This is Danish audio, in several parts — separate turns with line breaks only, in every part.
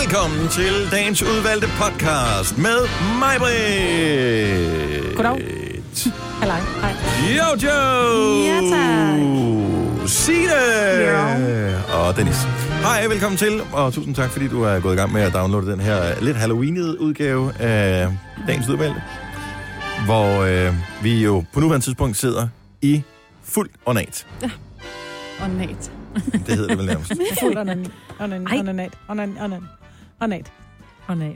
Velkommen til dagens udvalgte podcast med mig, Britt.
Goddag. Hej. Hej.
Jojo.
Ja, tak.
Signe.
Ja.
Og Dennis. Hej, velkommen til, og tusind tak, fordi du er gået i gang med at downloade den her lidt Halloweenede udgave af dagens udvalgte, hvor øh, vi jo på nuværende tidspunkt sidder i fuld ornat.
Ornat.
Det hedder det vel nærmest.
Fuld onan. Onan.
Ej.
Onanat. Onan. Onan. Onanat.
Ornat.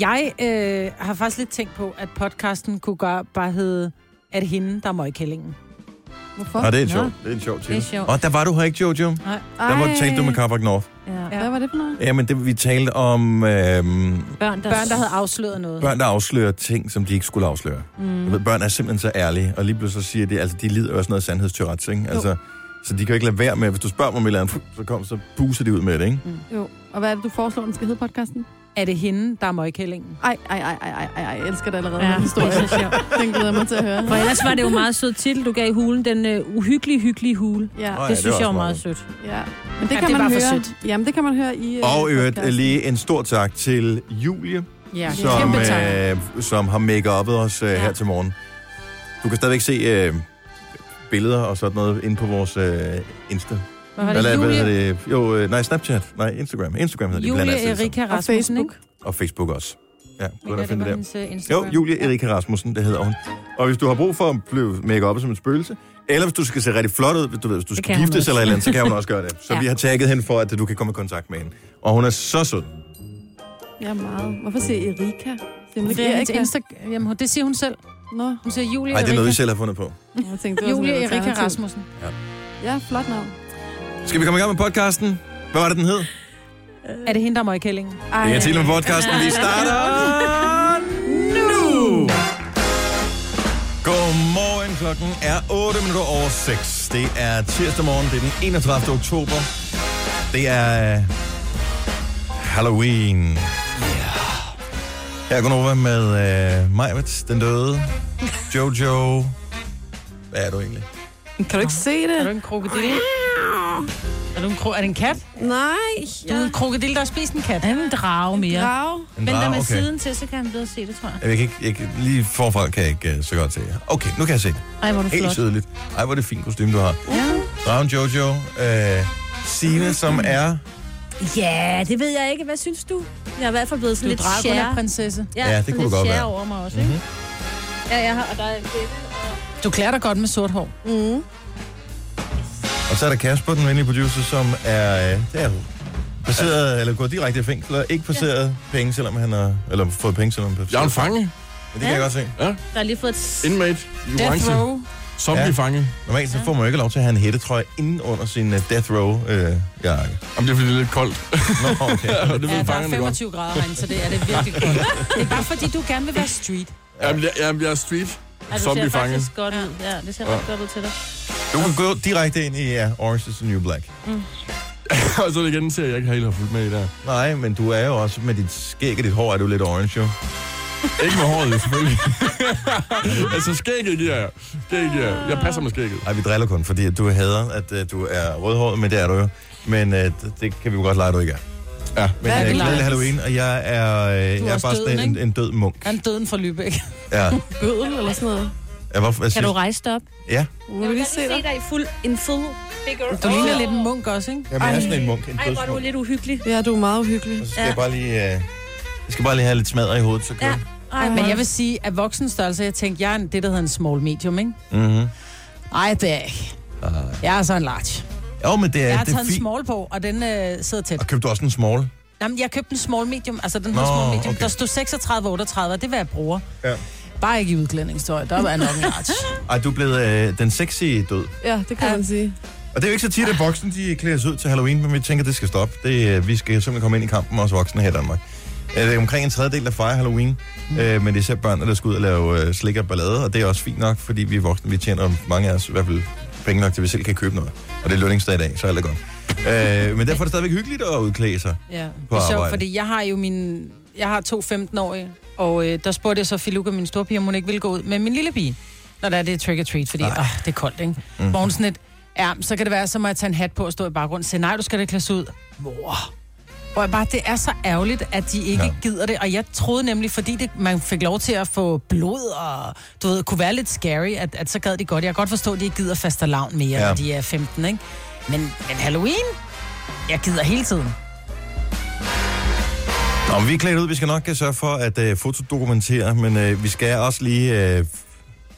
Jeg øh, har faktisk lidt tænkt på, at podcasten kunne gøre, bare hedde, at hende, der er møgkællingen.
Hvorfor?
Nå, det er en
Nå.
sjov, det er en sjov
Det er
titel.
sjovt.
Og der var du her ikke, Jojo.
Nej.
Der var
Ej.
talte du med Carpac North.
Ja.
Ja.
Hvad var det for noget?
Jamen, det vi talte om øhm,
Børn, der,
Børn, der havde afsløret noget.
børn, der afslører ting, som de ikke skulle afsløre. Mm. Jeg ved, børn er simpelthen så ærlige, og lige pludselig så siger de, altså de lider jo af sådan noget sandhedstørrets, ikke? Altså, så de kan jo ikke lade være med, hvis du spørger mig om et eller andet, fuh, så, kom, så buser de ud med det, ikke?
Jo. Og hvad er det, du foreslår, den skal hedde podcasten?
Er det hende, der er møgkællingen?
Ej, ej, ej, ej, ej, ej, jeg elsker det allerede.
Ja,
Ja. Historie.
det er så sjovt.
Den glæder jeg mig til at høre.
For ellers var det jo en meget sød titel, du gav i hulen. Den uh, uhyggelige, hyggelige hule.
Ja,
Nå ja,
det synes
var
jeg
også
var meget sødt.
ja. Men det
Ja,
kan
det
man
var for
høre.
sødt.
Jamen, det kan man høre i øh,
Og i øvrigt øh,
podcasten.
lige en stor tak til Julie,
Ja,
som, øh, som har make-uppet os øh, ja. her til morgen. Du kan stadigvæk se øh, billeder og sådan noget inde på vores øh, Insta.
Hvad var
Eller,
det?
hvad hedder
Julie,
det? Jo, øh, nej, Snapchat. Nej, Instagram. Instagram hedder det. blandt
Julie
andet alle sammen.
Erika
Og
Rasmussen,
Facebook.
ikke?
Og Facebook også. Ja, gå ind
Mener,
og
det
find
var
det der.
hendes øh, Instagram.
Jo, Julie Erika Rasmussen, det hedder hun. Og hvis du har brug for at blive make op som en spøgelse, eller hvis du skal se rigtig flot ud, hvis du, ved, hvis du skal
kan hun
giftes
også.
eller et eller andet, så kan hun også gøre det. Så ja.
Ja.
vi har tagget hende for, at du kan komme i kontakt med hende. Og hun er så sød.
Ja, meget. Hvorfor siger Erika? Det er,
Det er hendes Insta- Jamen, hun- det siger hun selv.
Nå,
Hun siger Julie
Nej, det er noget, I
Erika.
selv har fundet på.
jeg tænkte, det var
Julie
sådan et
Erika
alternativ.
Rasmussen.
Ja, flot navn.
Skal vi komme i gang med podcasten? Hvad var det, den hed? Det
Er det hende, der er møgkællingen?
Ej,
er til med podcasten. Vi starter nu! Godmorgen, klokken er 8 minutter over 6. Det er tirsdag morgen, det er den 31. oktober. Det er øh, Halloween. Yeah. Her går over med øh, Majvits, den døde, Jojo. Hvad er du egentlig?
kan du ikke se det?
Er du en krokodille? Er du en, kro- er det en kat?
Nej.
Du er en krokodille, der har spist en kat.
Han er en drage mere.
Grav.
En
Vent der
drage?
med siden til, så kan han bedre se det, tror jeg.
Jeg kan ikke, jeg kan, lige forfra kan jeg ikke uh, så godt se jer. Okay, nu kan jeg se det.
Ej, hvor er du
Helt
flot.
tydeligt. Ej, hvor er det fint kostume, du har.
Ja.
Dragen Jojo, øh, Signe, som er...
ja, det ved jeg ikke. Hvad synes du? Jeg er i hvert fald blevet
Du
sådan
er
lidt sjære.
Dracula-prinsesse.
Ja, det
sådan
kunne
lidt
det godt
sjære
være. Mhm.
over mig også, ikke? Ja, jeg har, og der er en bække.
Du klæder dig godt med sort hår.
Og så er der Kasper, den venlige producer, som er... Øh, der, placeret, eller går direkte i fængsel, og ikke placeret ja. penge, selvom han har... Eller fået penge, selvom han
Jeg er en fange.
Men det kan jeg godt se.
Der har lige fået et...
Inmate. I
Death
orange.
row.
Zombie-fange.
Normalt så får man jo ikke lov til at have en hættetrøje inden under sin uh, death row øh, jakke.
Jamen, det er fordi, det er lidt koldt.
Nå, okay.
Og det
Ja,
ved
der er
fangerne godt.
25 grader herinde, så det er det virkelig godt. Det er bare fordi, du gerne vil være street.
Jamen, jeg, jamen, jeg er street.
Altså, det ser
Zombie-fange.
faktisk godt ud. Ja, det ser ret godt ud til dig.
Du kan gå direkte ind i uh, Orange is the New Black.
Og så er det igen, ser jeg ikke helt har fulgt med i der.
Nej, men du er jo også med dit skæg og dit hår, er du lidt orange, jo.
Ikke med håret, selvfølgelig. altså, skægget giver jeg. Skægget giver jeg. Jeg passer med skægget.
Nej, vi driller kun, fordi at du hader, at øh, du er rødhåret, men det er du jo. Men øh, det- det kan vi jo godt lege, at du ikke er.
Ja.
Men
Hvad er
jeg
det,
er glædelig
Lars?
Halloween, og jeg er, øh, jeg
Du er
er
også
bare
døden,
sådan en,
ikke?
en død munk.
Han døden for Lübeck.
Ja.
Bødel eller sådan noget.
Jeg, hvorfor, jeg
Kan
synes,
du rejse dig op?
ja.
Må vi lige se dig?
dig i fuld, en full figure.
Du ligner lidt en munk også, ikke?
Jamen, jeg er sådan en munk, en
Ej, hvor er du
dødsmunk.
lidt uhyggelig.
Ja, du er meget uhyggelig.
Og så skal jeg bare lige... Øh, jeg skal bare lige have lidt smadret i hovedet, så kører
Ja.
ja.
Ej,
Men jeg vil sige, at voksenstørrelse, jeg tænkte, jeg er en, det, der hedder en small medium, ikke?
mm-hmm.
Ej, det er jeg ikke. Jeg er så en large.
Jo, men det er,
Jeg har
det
taget
er
en
fint.
small på, og den øh, sidder tæt.
Og købte du også en small?
Jamen, jeg købte en small medium, altså den
Nå,
her small medium.
okay.
Okay. Der stod 36 38, og det er, hvad jeg bruger.
Ja.
Bare ikke i udklædningstøj, der var nok en large.
Ej, du er blevet øh, den sexy død.
Ja, det kan man sige.
Og det er jo ikke så tit, at voksne de klæder sig ud til Halloween, men vi tænker, det skal stoppe. Det, øh, vi skal simpelthen komme ind i kampen, også voksne her i Danmark. Øh, Det er omkring en tredjedel, der fejrer Halloween, mm. øh, men det er især børn, der skal ud og lave øh, slik og ballade, og det er også fint nok, fordi vi er voksne, vi tjener mange af os i hvert fald penge nok, til vi selv kan købe noget. Og det er lønningsdag i dag, så er alt er godt. Øh, men derfor er det stadigvæk hyggeligt at udklæde sig.
Ja, det
På
er sjovt,
arbejde.
fordi jeg har jo min... Jeg har to 15-årige, og øh, der spurgte jeg så Filuka, min store pige, om hun ikke ville gå ud med min lille pige, når der er det trick or treat, fordi
Nej.
åh, det er koldt, ikke? Mm. Hvor hun sådan lidt, ja, så kan det være, så må jeg tage en hat på og stå i baggrunden og sige, nej, du skal da klædes ud. Mor, Hvor jeg bare, det er så ærgerligt, at de ikke
Ja.
ja. gider det. Og jeg troede nemlig, fordi det, man fik lov til at få blod og du ved, kunne være lidt scary, at, at så gad de godt. Jeg kan godt forstå, at de ikke gider faste lavn mere,
Ja.
ja. når de er 15, ikke? Men, men Halloween, jeg gider hele tiden.
Nå, men vi er klædt ud. Vi skal nok øh, sørge for at øh, fotodokumentere, men øh, vi skal også lige... Øh,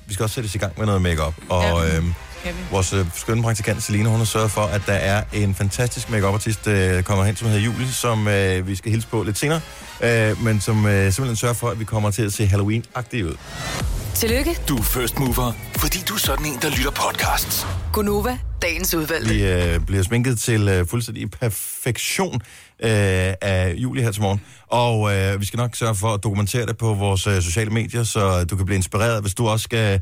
vi skal også sættes i gang med noget makeup. Og
Ja.
øh,
Kan vi?
vores øh, skønne praktikant Selina, hun har sørget for, at der er en fantastisk makeup artist øh, kommer hen, som hedder Julie, som øh, vi skal hilse på lidt senere, øh, men som øh, simpelthen sørger for, at vi kommer til at se Halloween-agtigt ud.
Tillykke,
Du er first mover, fordi du er sådan en, der lytter podcasts.
Gunova, dagens udvalgte.
Vi øh, bliver sminket til øh, fuldstændig perfektion øh, af Julie her til morgen. Og øh, vi skal nok sørge for at dokumentere det på vores øh, sociale medier, så du kan blive inspireret, hvis du også skal øh,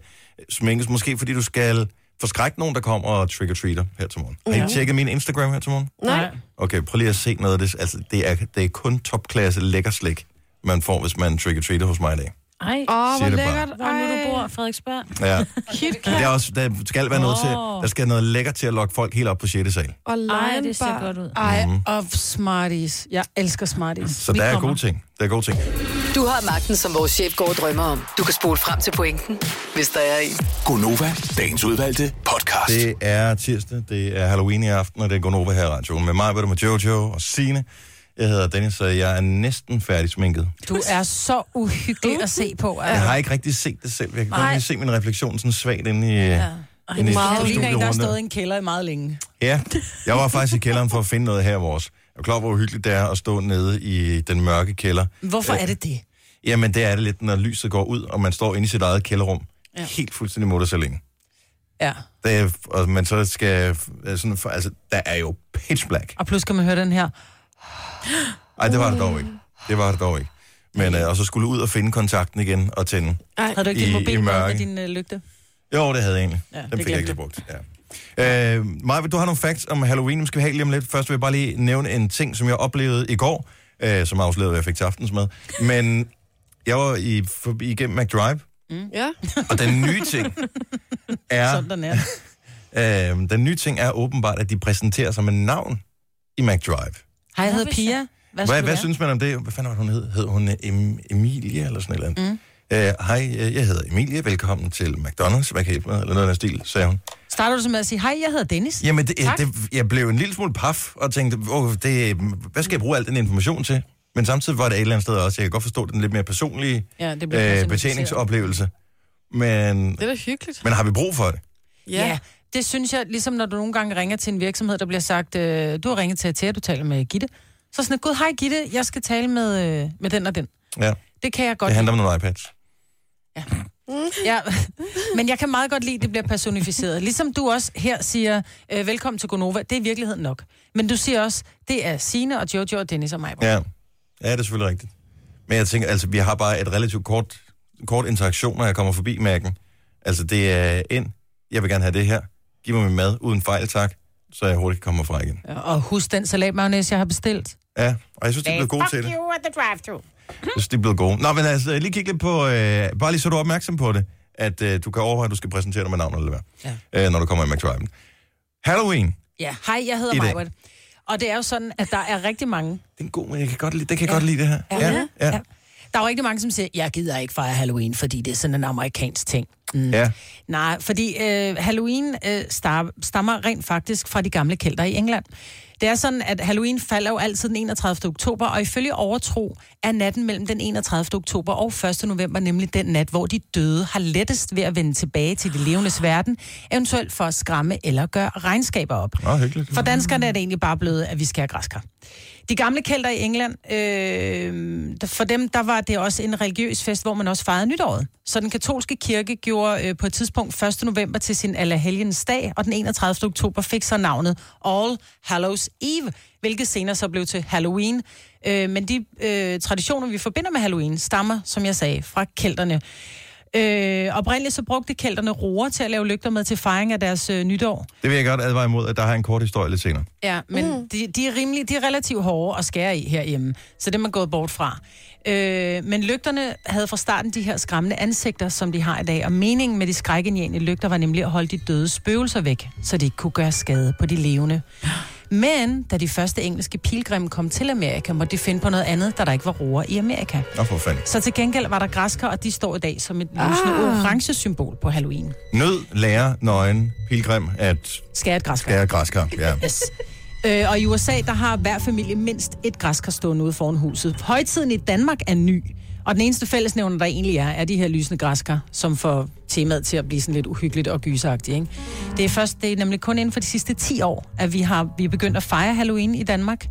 sminkes. Måske fordi du skal forskrække nogen, der kommer og trick-or-treater her til morgen. Har I tjekket min Instagram her til morgen?
Nej.
Okay, prøv lige at se noget af det. Altså, det er, det er kun topklasse lækker slik, man får, hvis man trick-or-treater hos mig i dag.
Ej,
Åh, oh,
Siger
hvor
det bare.
lækkert.
hvor er nu du
Ej.
bor, Frederiksberg?
Ja. Men
KitKat
det er også, der skal være noget til,
Åh.
der skal noget lækker til at lokke folk helt op på 6. sal.
og
Ej, det ser
Lion Bar.
godt ud.
Ej, of Smarties. Jeg elsker Smarties.
Så
Vi
der er
kommer.
gode ting. Der er gode ting.
Du har magten, som vores chef går og drømmer om. Du kan spole frem til pointen, hvis der er en.
Gonova, dagens udvalgte podcast. Det.
Det er tirsdag, det er Halloween i aften, og det er Gonova her i radioen. Med mig, hvor med Jojo og Sine. Jeg hedder Dennis, og jeg er næsten færdig sminket.
Du er så uhyggelig at se på.
Jeg
Altså.
har ikke rigtig set det selv. Jeg kan
Nej.
godt lige se min refleksion sådan svagt inde i... Ja.
Ej, det
Meget
ligner en, der har
studierunde.
stået i en kælder i meget længe.
ja. Jeg var faktisk i kælderen for at finde noget her vores. Jeg er klar, over, hvor hyggeligt det er at stå nede i den mørke kælder.
Hvorfor er det det?
Jamen, det er det lidt, når lyset går ud, og man står inde i sit eget kælderrum. Ja.
Ja.
Helt fuldstændig mod sig længe.
Ja.
Det er, og man så skal... øh, Sådan, for, altså, der er jo pitch black.
Og pludselig kan man høre den her.
Ej, det var det
Øh.
dog ikke. Det var det dog ikke. Men øh, og så skulle ud og finde kontakten igen og tænde.
Havde du ikke
I-
din
i
mobil med
mørke.
med din øh, lygte?
Jo, det havde jeg egentlig.
Ja,
Ja, Den
det
fik jeg ikke
glemte.
lige brugt. Ja. Øh, Maja, du har nogle facts om Halloween, dem skal vi have lige om lidt. Først vil jeg bare lige nævne en ting, som jeg oplevede i går, øh, som afslørede, hvad jeg fik til aftensmad. Men jeg var i, forbi igennem McDrive,
Ja.
og den nye ting er...
Sådan den er. det.
Øh, den nye ting er åbenbart, at de præsenterer sig med navn i McDrive.
Hej, jeg hedder
hvis
Pia. Hvad,
Hvad,
skal
hvad,
du være?
synes man om det? Hvad fanden var det, hun hed? Hed hun øh, em, Emilie eller sådan noget? Mm. Øh, hej, øh, jeg hedder Emilie. Velkommen til McDonald's. Hvad kan jeg hjælpe med? Eller noget af den stil, sagde hun.
Starter du så med at sige, hej, jeg hedder Dennis?
Jamen, det,
Tak.
det, jeg blev en lille smule paf og tænkte, oh, det, hvad skal jeg bruge al den information til? Men samtidig var det et eller andet sted også. Jeg kan godt forstå den lidt mere personlige
Ja, det
øh,
personaliseret.
betjeningsoplevelse. Men,
Det er da hyggeligt.
men har vi brug for det?
Ja. ja. Det synes jeg, ligesom når du nogle gange ringer til en virksomhed, der bliver sagt, øh, du har ringet til Atea, du taler med Gitte. Så sådan, gud, hej Gitte, jeg skal tale med, øh, med den og den.
Ja,
Det kan jeg godt
det handler om nogle iPads.
Ja, men jeg kan meget godt lide, at det bliver personificeret. Ligesom du også her siger, øh, velkommen til Gonova, det er i virkeligheden nok. Men du siger også, det er Sine og Jojo og Dennis og mig. Ja.
Ja. ja, det er selvfølgelig rigtigt. Men jeg tænker, altså, vi har bare et relativt kort, kort interaktion, når jeg kommer forbi mærken. Altså, det er ind, jeg vil gerne have det her, giv mig min mad uden fejl, tak, så jeg hurtigt kommer fra igen.
Og husk den salatmagnæs, jeg har bestilt.
Ja, og jeg synes, de er blevet gode til det.
you at the drive-thru.
Jeg synes, de er blevet gode. Nå, men altså, lige kig lidt på, øh, bare lige så du er opmærksom på det, at øh, du kan overveje, at du skal præsentere dig med navn eller hvad, ja. øh, når du kommer i McDrive'en. Halloween, det
Ja, hej, jeg hedder
I dag.
Majbert. Og det er jo sådan, at der er rigtig mange,
er en god, men jeg kan godt lide, det kan jeg godt lide det her. Ja, ja. ja.
der er jo rigtig mange, som siger, jeg gider ikke fejre Halloween, fordi det er sådan en amerikansk ting. Mm.
ja.
Nej, fordi øh, Halloween øh, star, stammer rent faktisk fra de gamle kælder i England. Det er sådan, at Halloween falder jo altid den 31. oktober, og ifølge overtro er natten mellem den 31. oktober og 1. november nemlig den nat, hvor de døde har lettest ved at vende tilbage til det levendes verden, eventuelt for at skræmme eller gøre regnskaber op.
Nå, hyggeligt.
For danskerne er det egentlig bare blevet, at vi skal have græskar. De gamle kælder i England, øh, der- for dem der var det også en religiøs fest, hvor man også fejrede nytåret. Så den katolske kirke gjorde øh, på et tidspunkt 1. november til sin Allerhelgens dag, og den 31. oktober fik så navnet All Hallows Eve, hvilket senere så blev til Halloween. Øh, men de øh, traditioner, vi forbinder med Halloween, stammer, som jeg sagde, fra kælderne. Øh, oprindeligt så brugte kælderne roer til at lave lygter med til fejring af deres øh, nytår.
Det vil jeg godt advare imod, at der har en kort historie lidt senere.
Ja, men mm. de, de er rimelig, de er relativt hårde at skære i herhjemme, så det er man gået bort fra. Øh, men lygterne havde fra starten de her skræmmende ansigter, som de har i dag, og meningen med de skrækindjagende lygter var nemlig at holde de døde spøgelser væk, så de ikke kunne gøre skade på de levende. Men da de første engelske pilgrimme kom til Amerika, måtte de finde på noget andet, da der ikke var roer i Amerika.
Nå, for fanden.
Så til gengæld var der græskar, og de står i dag som et lysende ah. orange symbol på Halloween.
Nød, lærer, nøgen, pilgrim at
Skære et græskar.
skære græskar. Ja.
Yes. Øh, og i USA, der har hver familie mindst et græskar stående ude foran huset. Højtiden i Danmark er ny, og den eneste fællesnævner, der egentlig er, er de her lysende græskar, som får temaet til at blive sådan lidt uhyggeligt og gyseragtigt. Ikke? Det er først, det er nemlig kun inden for de sidste 10 år, at vi har vi er begyndt at fejre Halloween i Danmark.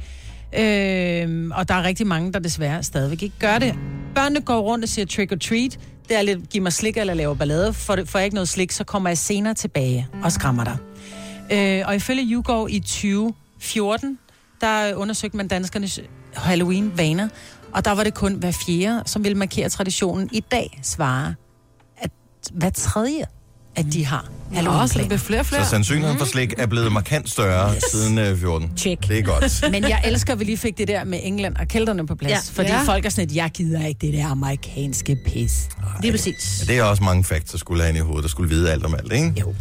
Øh, og der er rigtig mange, der desværre stadigvæk ikke gør det. Børnene går rundt og siger trick or treat. Det er lidt, giv mig slik eller laver ballade. For, får jeg ikke noget slik, så kommer jeg senere tilbage og skræmmer dig. Øh, og ifølge YouGov i 2014, der øh, undersøgte man danskernes Halloween-vaner, og der var det kun hver fjerde, som ville markere traditionen i dag, svare, at hver tredje, at de har
Nå, så det
Halloween-planer.
bliver flere og flere.
Så sandsynligheden for slik er blevet markant større yes. siden øh, 14.
Check.
Det er godt.
Men jeg elsker, at vi lige fik det der med England og kælderne på plads. Ja.
Ja.
Fordi ja.
Ja.
folk er sådan lidt, jeg gider ikke det der amerikanske pis. Det er præcis.
Det er også mange facts, der skulle have ind i hovedet, der skulle vide alt om alt, ikke? Jo.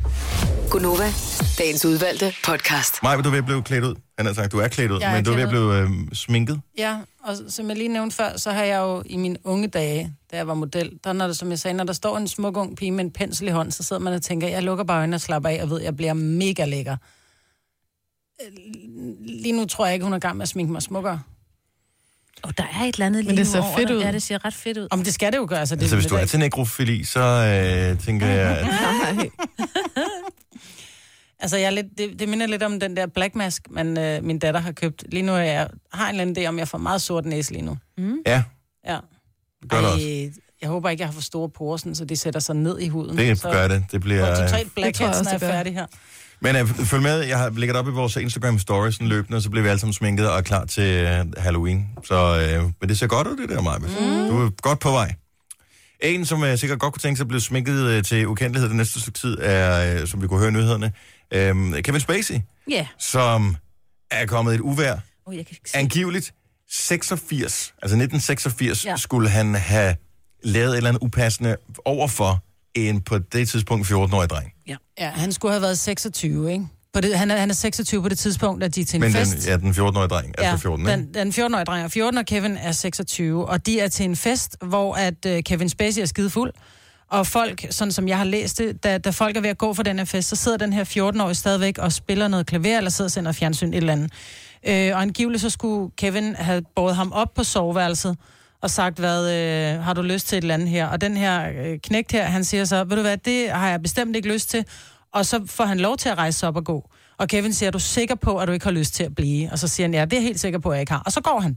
Gunova, dagens udvalgte podcast.
Maja, du er ved at blive klædt ud. Han har sagt, du er klædt ud,
Jeg er
men du er ved at
klædt
blive øh, sminket.
Ja, og som jeg lige nævnte før, så har jeg jo i mine unge dage, da jeg var model, der når der, som jeg sagde, når der står en smuk ung pige med en pensel i hånden, så sidder man og tænker, jeg lukker bare øjnene og slapper af, og ved, jeg bliver mega lækker. Øh, Lige nu tror jeg ikke, hun er i gang med at sminke mig smukkere.
Og der er et eller andet
Men
lige
det ser
nu over
fedt
dig.
ud.
Ja, det ser ret fedt ud.
Om det skal det jo gøre, så det
Altså, hvis
jo
du
lidt
er
af-
til nekrofili, så øh, tænker jeg, at
Nej.
Altså, jeg er lidt, det, det minder lidt om den der black mask, man, øh, min datter har købt. Lige nu er jeg, har jeg en eller anden idé om, jeg får meget sort næse lige nu.
ja,
Ja.
gør det også.
Ej, jeg håber ikke, jeg har for store porer, sådan, så de sætter sig ned i huden.
Det
så,
gør det. Det
Og
bliver...
totalt black
tror jeg
hats,
også,
når jeg
det
er
gør.
færdig her.
Men øh, følg med, jeg har lægget op i vores Instagram stories sådan løbende, og så bliver vi alle sammen sminket og er klar til øh, Halloween. Så, øh, men det ser godt ud, det der, Maja. Mm. Du er godt på vej. En, som jeg sikkert godt kunne tænke sig at blive sminket øh, til ukendelighed den næste stykke tid, er, øh, som vi kunne høre i nyhederne, øh, Kevin Spacey,
Ja.
som er kommet i et uvær.
Oh, jeg kan ikke se.
Angiveligt 86, altså 1986, ja.
Ja.
skulle han have lavet et eller andet upassende overfor en på det tidspunkt 14-årig dreng.
Ja, han skulle have været 26, ikke? På det, han, er, han er 26 på det tidspunkt, at de er til en
Men
fest.
den, ja, den 14-årige dreng, ja, altså 14, ikke?
den, den 14-årige dreng er 14, og Kevin er 26. Og de er til en fest, hvor at øh, Kevin Spacey er skidefuld. Og folk, sådan som jeg har læst det, da, da folk er ved at gå for den her fest, så sidder den her 14-årige stadigvæk og spiller noget klaver, eller sidder og sender fjernsyn et eller andet. Øh, og angiveligt så skulle Kevin have båret ham op på soveværelset, og sagt, hvad øh, har du lyst til et eller andet her? Og den her øh, knægt her, han siger så, ved du hvad, det har jeg bestemt ikke lyst til. Og så får han lov til at rejse sig op og gå. Og Kevin siger, er du sikker på, at du ikke har lyst til at blive? Og så siger han, ja, det er jeg helt sikker på, at jeg ikke har. Og så går han.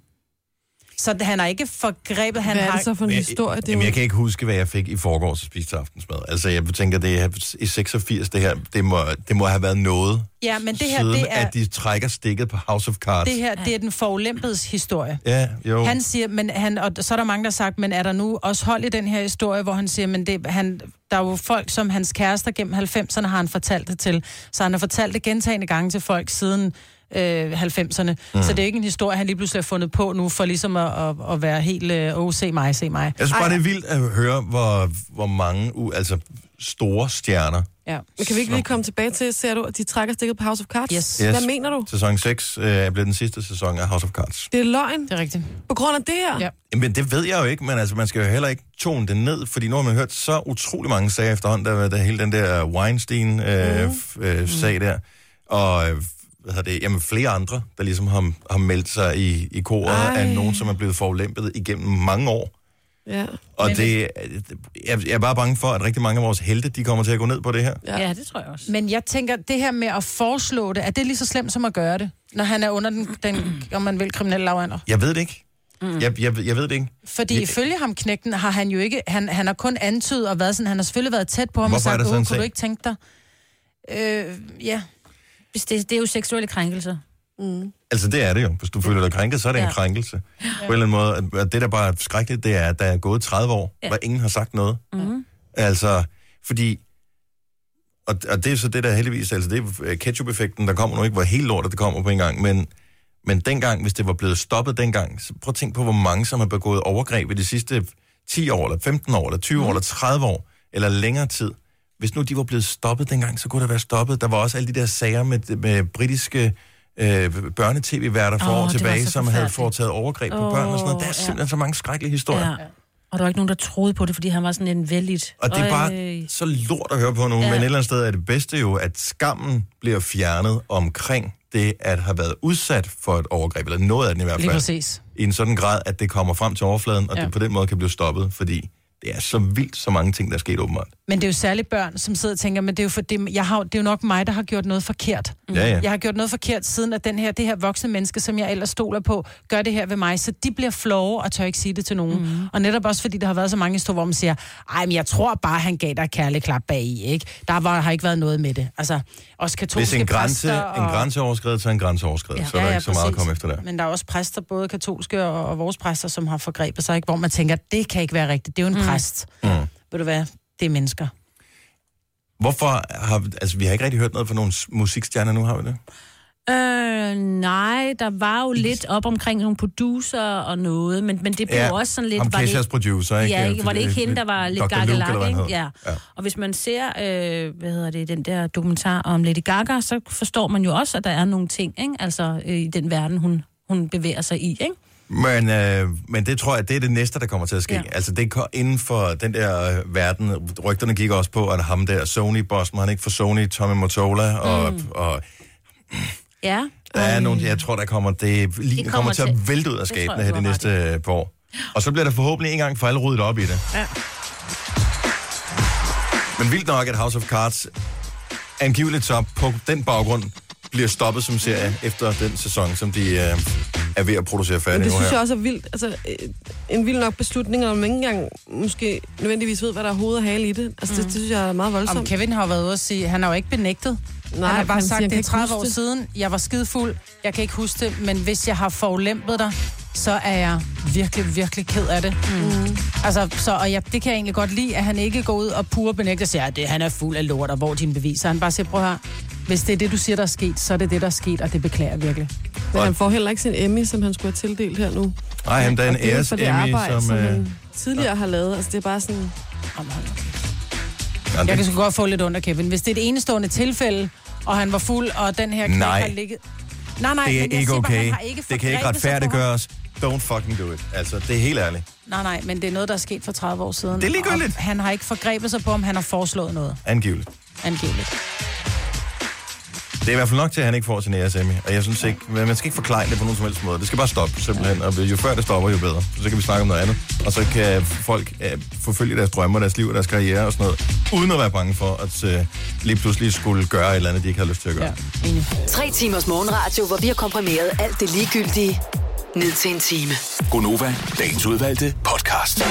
Så han er ikke forgrebet, han
Hvad er
har...
det så for en
Men jeg-
historie? Det er
Jamen,
jo-
jeg kan ikke huske, hvad jeg fik i forgårs at spise til aftensmad. Altså, jeg tænker, det er i 86, det her, det må, det må have været noget,
Ja, men det her,
siden
det er,
at de trækker stikket på House of Cards.
det her, det er den forulempes historie.
Ja, jo.
Han siger, men han, og så er der mange, der har sagt, men er der nu også hold i den her historie, hvor han siger, men det, han, der er jo folk, som hans kærester gennem 90'erne har han fortalt det til. Så han har fortalt det gentagende gange til folk siden øh, 90'erne. Mm. Så det er ikke en historie, han lige pludselig har fundet på nu, for ligesom at, at, at være helt, øh, åh, se mig, se mig.
Jeg synes bare, det er vildt at høre, hvor, hvor mange u- altså, store stjerner.
Ja.
Men kan vi ikke lige komme tilbage til, ser du, at de trækker stikket på House of Cards?
Yes.
Yes.
Hvad mener du?
Sæson 6 øh, er blevet den sidste sæson af House of Cards.
Det er løgn
Det er rigtigt.
på grund af det her.
Ja.
Men det ved jeg jo ikke, men altså, man skal jo heller ikke tone det ned, fordi nu har man hørt så utrolig mange sager efterhånden, der, der hele den der Weinstein-sag øh, f- øh, sag der, og øh, hvad hedder det, jamen, flere andre, der ligesom har, har meldt sig i, i koret Ej.
Ej.
af nogen, som er blevet forulæmpet igennem mange år.
Ja.
Og
Men
det, øh, jeg, jeg er bare bange for, at rigtig mange af vores helte, de kommer til at gå ned på det her.
Ja.
Ja, det tror jeg også.
Men jeg tænker, det her med at foreslå det, er det lige så slemt som at gøre det, når han er under den, den om man vil, kriminelle lavander?
Jeg ved det ikke. Mm. Jeg, jeg, jeg ved det ikke.
Fordi
Ja.
ifølge ham, knægten, har han jo ikke... Han, han har kun antydet og været sådan... Han har selvfølgelig været tæt på ham
Hvorfor
og
er
sagt,
der sådan en
åh, kunne du
sag?"
ikke tænke dig... Øh, ja.
Hvis Det, det er jo seksuelle krænkelser.
Altså, det er det jo. Hvis du føler dig krænket, så er det ja. en
Ja.
krænkelse. Ja. På en eller anden måde. Og det, der bare er skrækkeligt, det er, at der er gået 30 år, ja. hvor ingen har sagt noget.
Mm-hmm.
Altså, fordi... Og, og det er så det, der heldigvis... Altså, det er øh, ketchup-effekten, der kommer nu ikke, hvor helt lortet det kommer på en gang, men... Men dengang, hvis det var blevet stoppet dengang, så prøv at tænke på, hvor mange, som har begået overgreb i de sidste 10 år, eller 15 år, eller 20
Mm-hmm.
år, eller 30 år, eller længere tid. Hvis nu de var blevet stoppet dengang, så kunne der være stoppet. Der var også alle de der sager med, med britiske øh, børnetv-værter for
Åh,
år
det var
tilbage,
så
som havde
forfærdeligt.
foretaget overgreb på
Åh,
børn og sådan noget. Der er
ja.
simpelthen så mange skrækkelige historier.
Ja. Og der var ikke nogen, der troede på det, fordi han var sådan en vældigt.
Og det er
Øj.
bare så lort at høre på nu, ja.
øh, Ja.
men et eller andet sted er det bedste jo, at skammen bliver fjernet omkring det at have været udsat for et overgreb, eller noget af den i hvert
Lige
fald,
præcis.
i en sådan grad, at det kommer frem til overfladen, og ja.
Ja.
det på den måde kan blive stoppet, fordi det er så vildt så mange ting, der er sket åbenbart.
Men det er jo særligt børn, som sidder og tænker, men det er jo, for, det, jeg har, jo- det er jo nok mig, der har gjort noget forkert.
Mm. Ja, ja.
Jeg har gjort noget forkert, siden at den her, det her voksne menneske, som jeg ellers stoler på, gør det her ved mig. Så de bliver flove og tør ikke sige det til nogen.
Mhm.
Mm. Og netop også, fordi der har været så mange historier, hvor man siger, ej, men jeg tror bare, han gav dig et kærlig klap bag i, ikke? Der var, har ikke været noget med det. Altså, også katolske
Hvis en grænse,
præster og...
en grænseoverskred, så er en grænseoverskred, ja. så er der ja, ja, ikke så meget at komme efter der.
Men der er også præster, både katolske og, og vores præster, som har forgrebet sig, ikke? hvor man tænker, det kan ikke være rigtigt. Det er jo en mm. præst. Mm. Ved du hvad? Det er mennesker.
Hvorfor har, altså vi har ikke rigtig hørt noget fra nogen s- musikstjerner nu, har vi det?
Øh, nej, der var jo lidt op omkring nogle producer og noget, men, men det blev ja, også sådan lidt...
Ham
var det,
Keshas producer, ikke?
Ja, ikke, var det ikke hende, der var lidt
Dr. Luke, eller hvad
gakkelak,
han
ikke?
hed.
Ja.
Ja.
ja. Og hvis man ser, øh, hvad hedder det, den der dokumentar om Lady Gaga, så forstår man jo også, at der er nogle ting, ikke? Altså, øh, i den verden, hun, hun bevæger sig i, ikke?
Men, øh, men det tror jeg, det er det næste, der kommer til at ske. Ja.
Ja.
Altså det kom inden for den der øh, verden. Rygterne gik også på, at ham der Sony-bossen, han ikke for Sony, Tommy Mottola, og, mm. og
Ja.
der er nogle, jeg tror, der kommer, det, det kommer, kommer
kommer
til at
til-
vælte ud af
det tror
skabene
jeg,
her
du
de
har
næste øh, par år. Og så bliver der forhåbentlig en gang for alle ryddet op i det. Ja. Men vildt nok, at House of Cards angiveligt så på den baggrund bliver stoppet som serie efter den sæson, som de øh, er ved at producere
Men
færdig
det
nu
synes jeg
her.
også er vildt. Altså, øh, en vild nok beslutning, og man ikke engang måske nødvendigvis ved, hvad der er hoved og hale i det. Altså,
Mm.
det, det synes jeg er meget voldsomt.
Om Kevin har jo været ude og sige, han har jo ikke benægtet. Nej,
Nej,
han har bare
han
sagt,
siger,
det er
han kan ikke
30 år
huske det.
siden, jeg var skidefuld, jeg kan ikke huske det, men hvis jeg har forulæmpet dig, så er jeg virkelig, virkelig ked af det. Mm. Altså, så, og jeg, det kan jeg egentlig godt lide, at han ikke går ud og pure benægter sig, at det, han er fuld af lort, og hvor er dine beviser. Han bare siger, prøv her, hvis det er det, du siger, der er sket, så er det det, der er sket, og det beklager jeg virkelig.
Men han får heller ikke sin Emmy, som han skulle have tildelt her nu.
Nej, han der er en
Og det er
æres
for det
Emmy,
arbejde,
som... Øh,
han tidligere har lavet. Altså, det er bare sådan...
Kom, hold nu.
Nå,
Jeg kan
det,
sgu godt få lidt under Kevin. Hvis det er et enestående tilfælde, og han var fuld, og den her knæk
Nej.
har ligget... Nej, nej,
det er
men jeg
ikke
siger bare,
okay.
han har ikke
det kan ikke
forgrebet sig på ham.
retfærdiggøres. Don't fucking do it. Altså, det er helt ærligt.
Nej, nej, men det er noget, der er sket for 30 år siden.
Det er ligegyldigt.
Og Han har ikke forgrebet sig på, om han har foreslået noget,
Angiveligt.
angiveligt.
Det er i hvert fald nok til, at han ikke får sin ASM. Og jeg synes ikke, men man skal ikke forklare det på nogen som helst måde. Det skal bare stoppe, simpelthen. Og jo før det stopper, jo bedre. Så kan vi snakke om noget andet. Og så kan folk øh, forfølge deres drømme, og deres liv og deres karriere og sådan noget, uden at være bange for, at øh, lige pludselig skulle gøre et eller andet, de ikke har lyst til at gøre.
Ja, enig.
Tre timers morgenradio, hvor vi har komprimeret alt det ligegyldige ned til en time.
Gonova, dagens udvalgte podcast.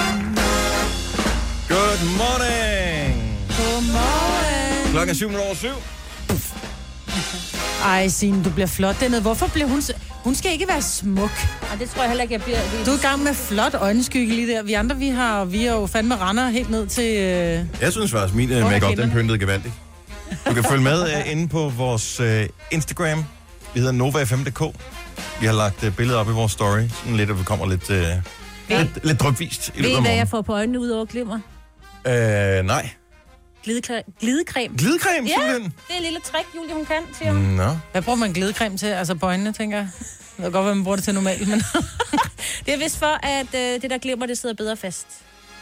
Good morning! Godmorgen! Klokken er syv minutter over syv.
Ej, Signe, du bliver flot dernede. Hvorfor blev hun... så- Hun skal ikke være smuk.
Og det tror jeg heller ikke, jeg bliver...
Du er i gang med flot øjenskygge lige der. Vi andre, vi har vi er jo fandme render helt ned til... Øh...
Jeg synes faktisk, min øh,
Under
makeup den
kinderne.
pyntede gevaldigt. Du kan følge med øh, inde på vores øh, Instagram. Vi hedder NovaFM.dk. Vi har lagt øh, billeder op i vores story. Sådan lidt, og vi kommer lidt, øh, lidt, lidt drøbvist i
Ved
løbet
I,
af
hvad jeg
morgenen.
får på øjnene ud over glimmer?
Øh, nej.
Glidecre- glidecreme.
Glidecreme, Mm.
Ja.
simpelthen.
Det er et lille trick, Julie, hun kan, siger hun.
Nå.
Hvad bruger man glidecreme til? Altså på øjnene, tænker jeg. Jeg ved godt, hvad man bruger det til normalt, men...
Det er vist for, at øh, det, der glimmer, det sidder bedre fast.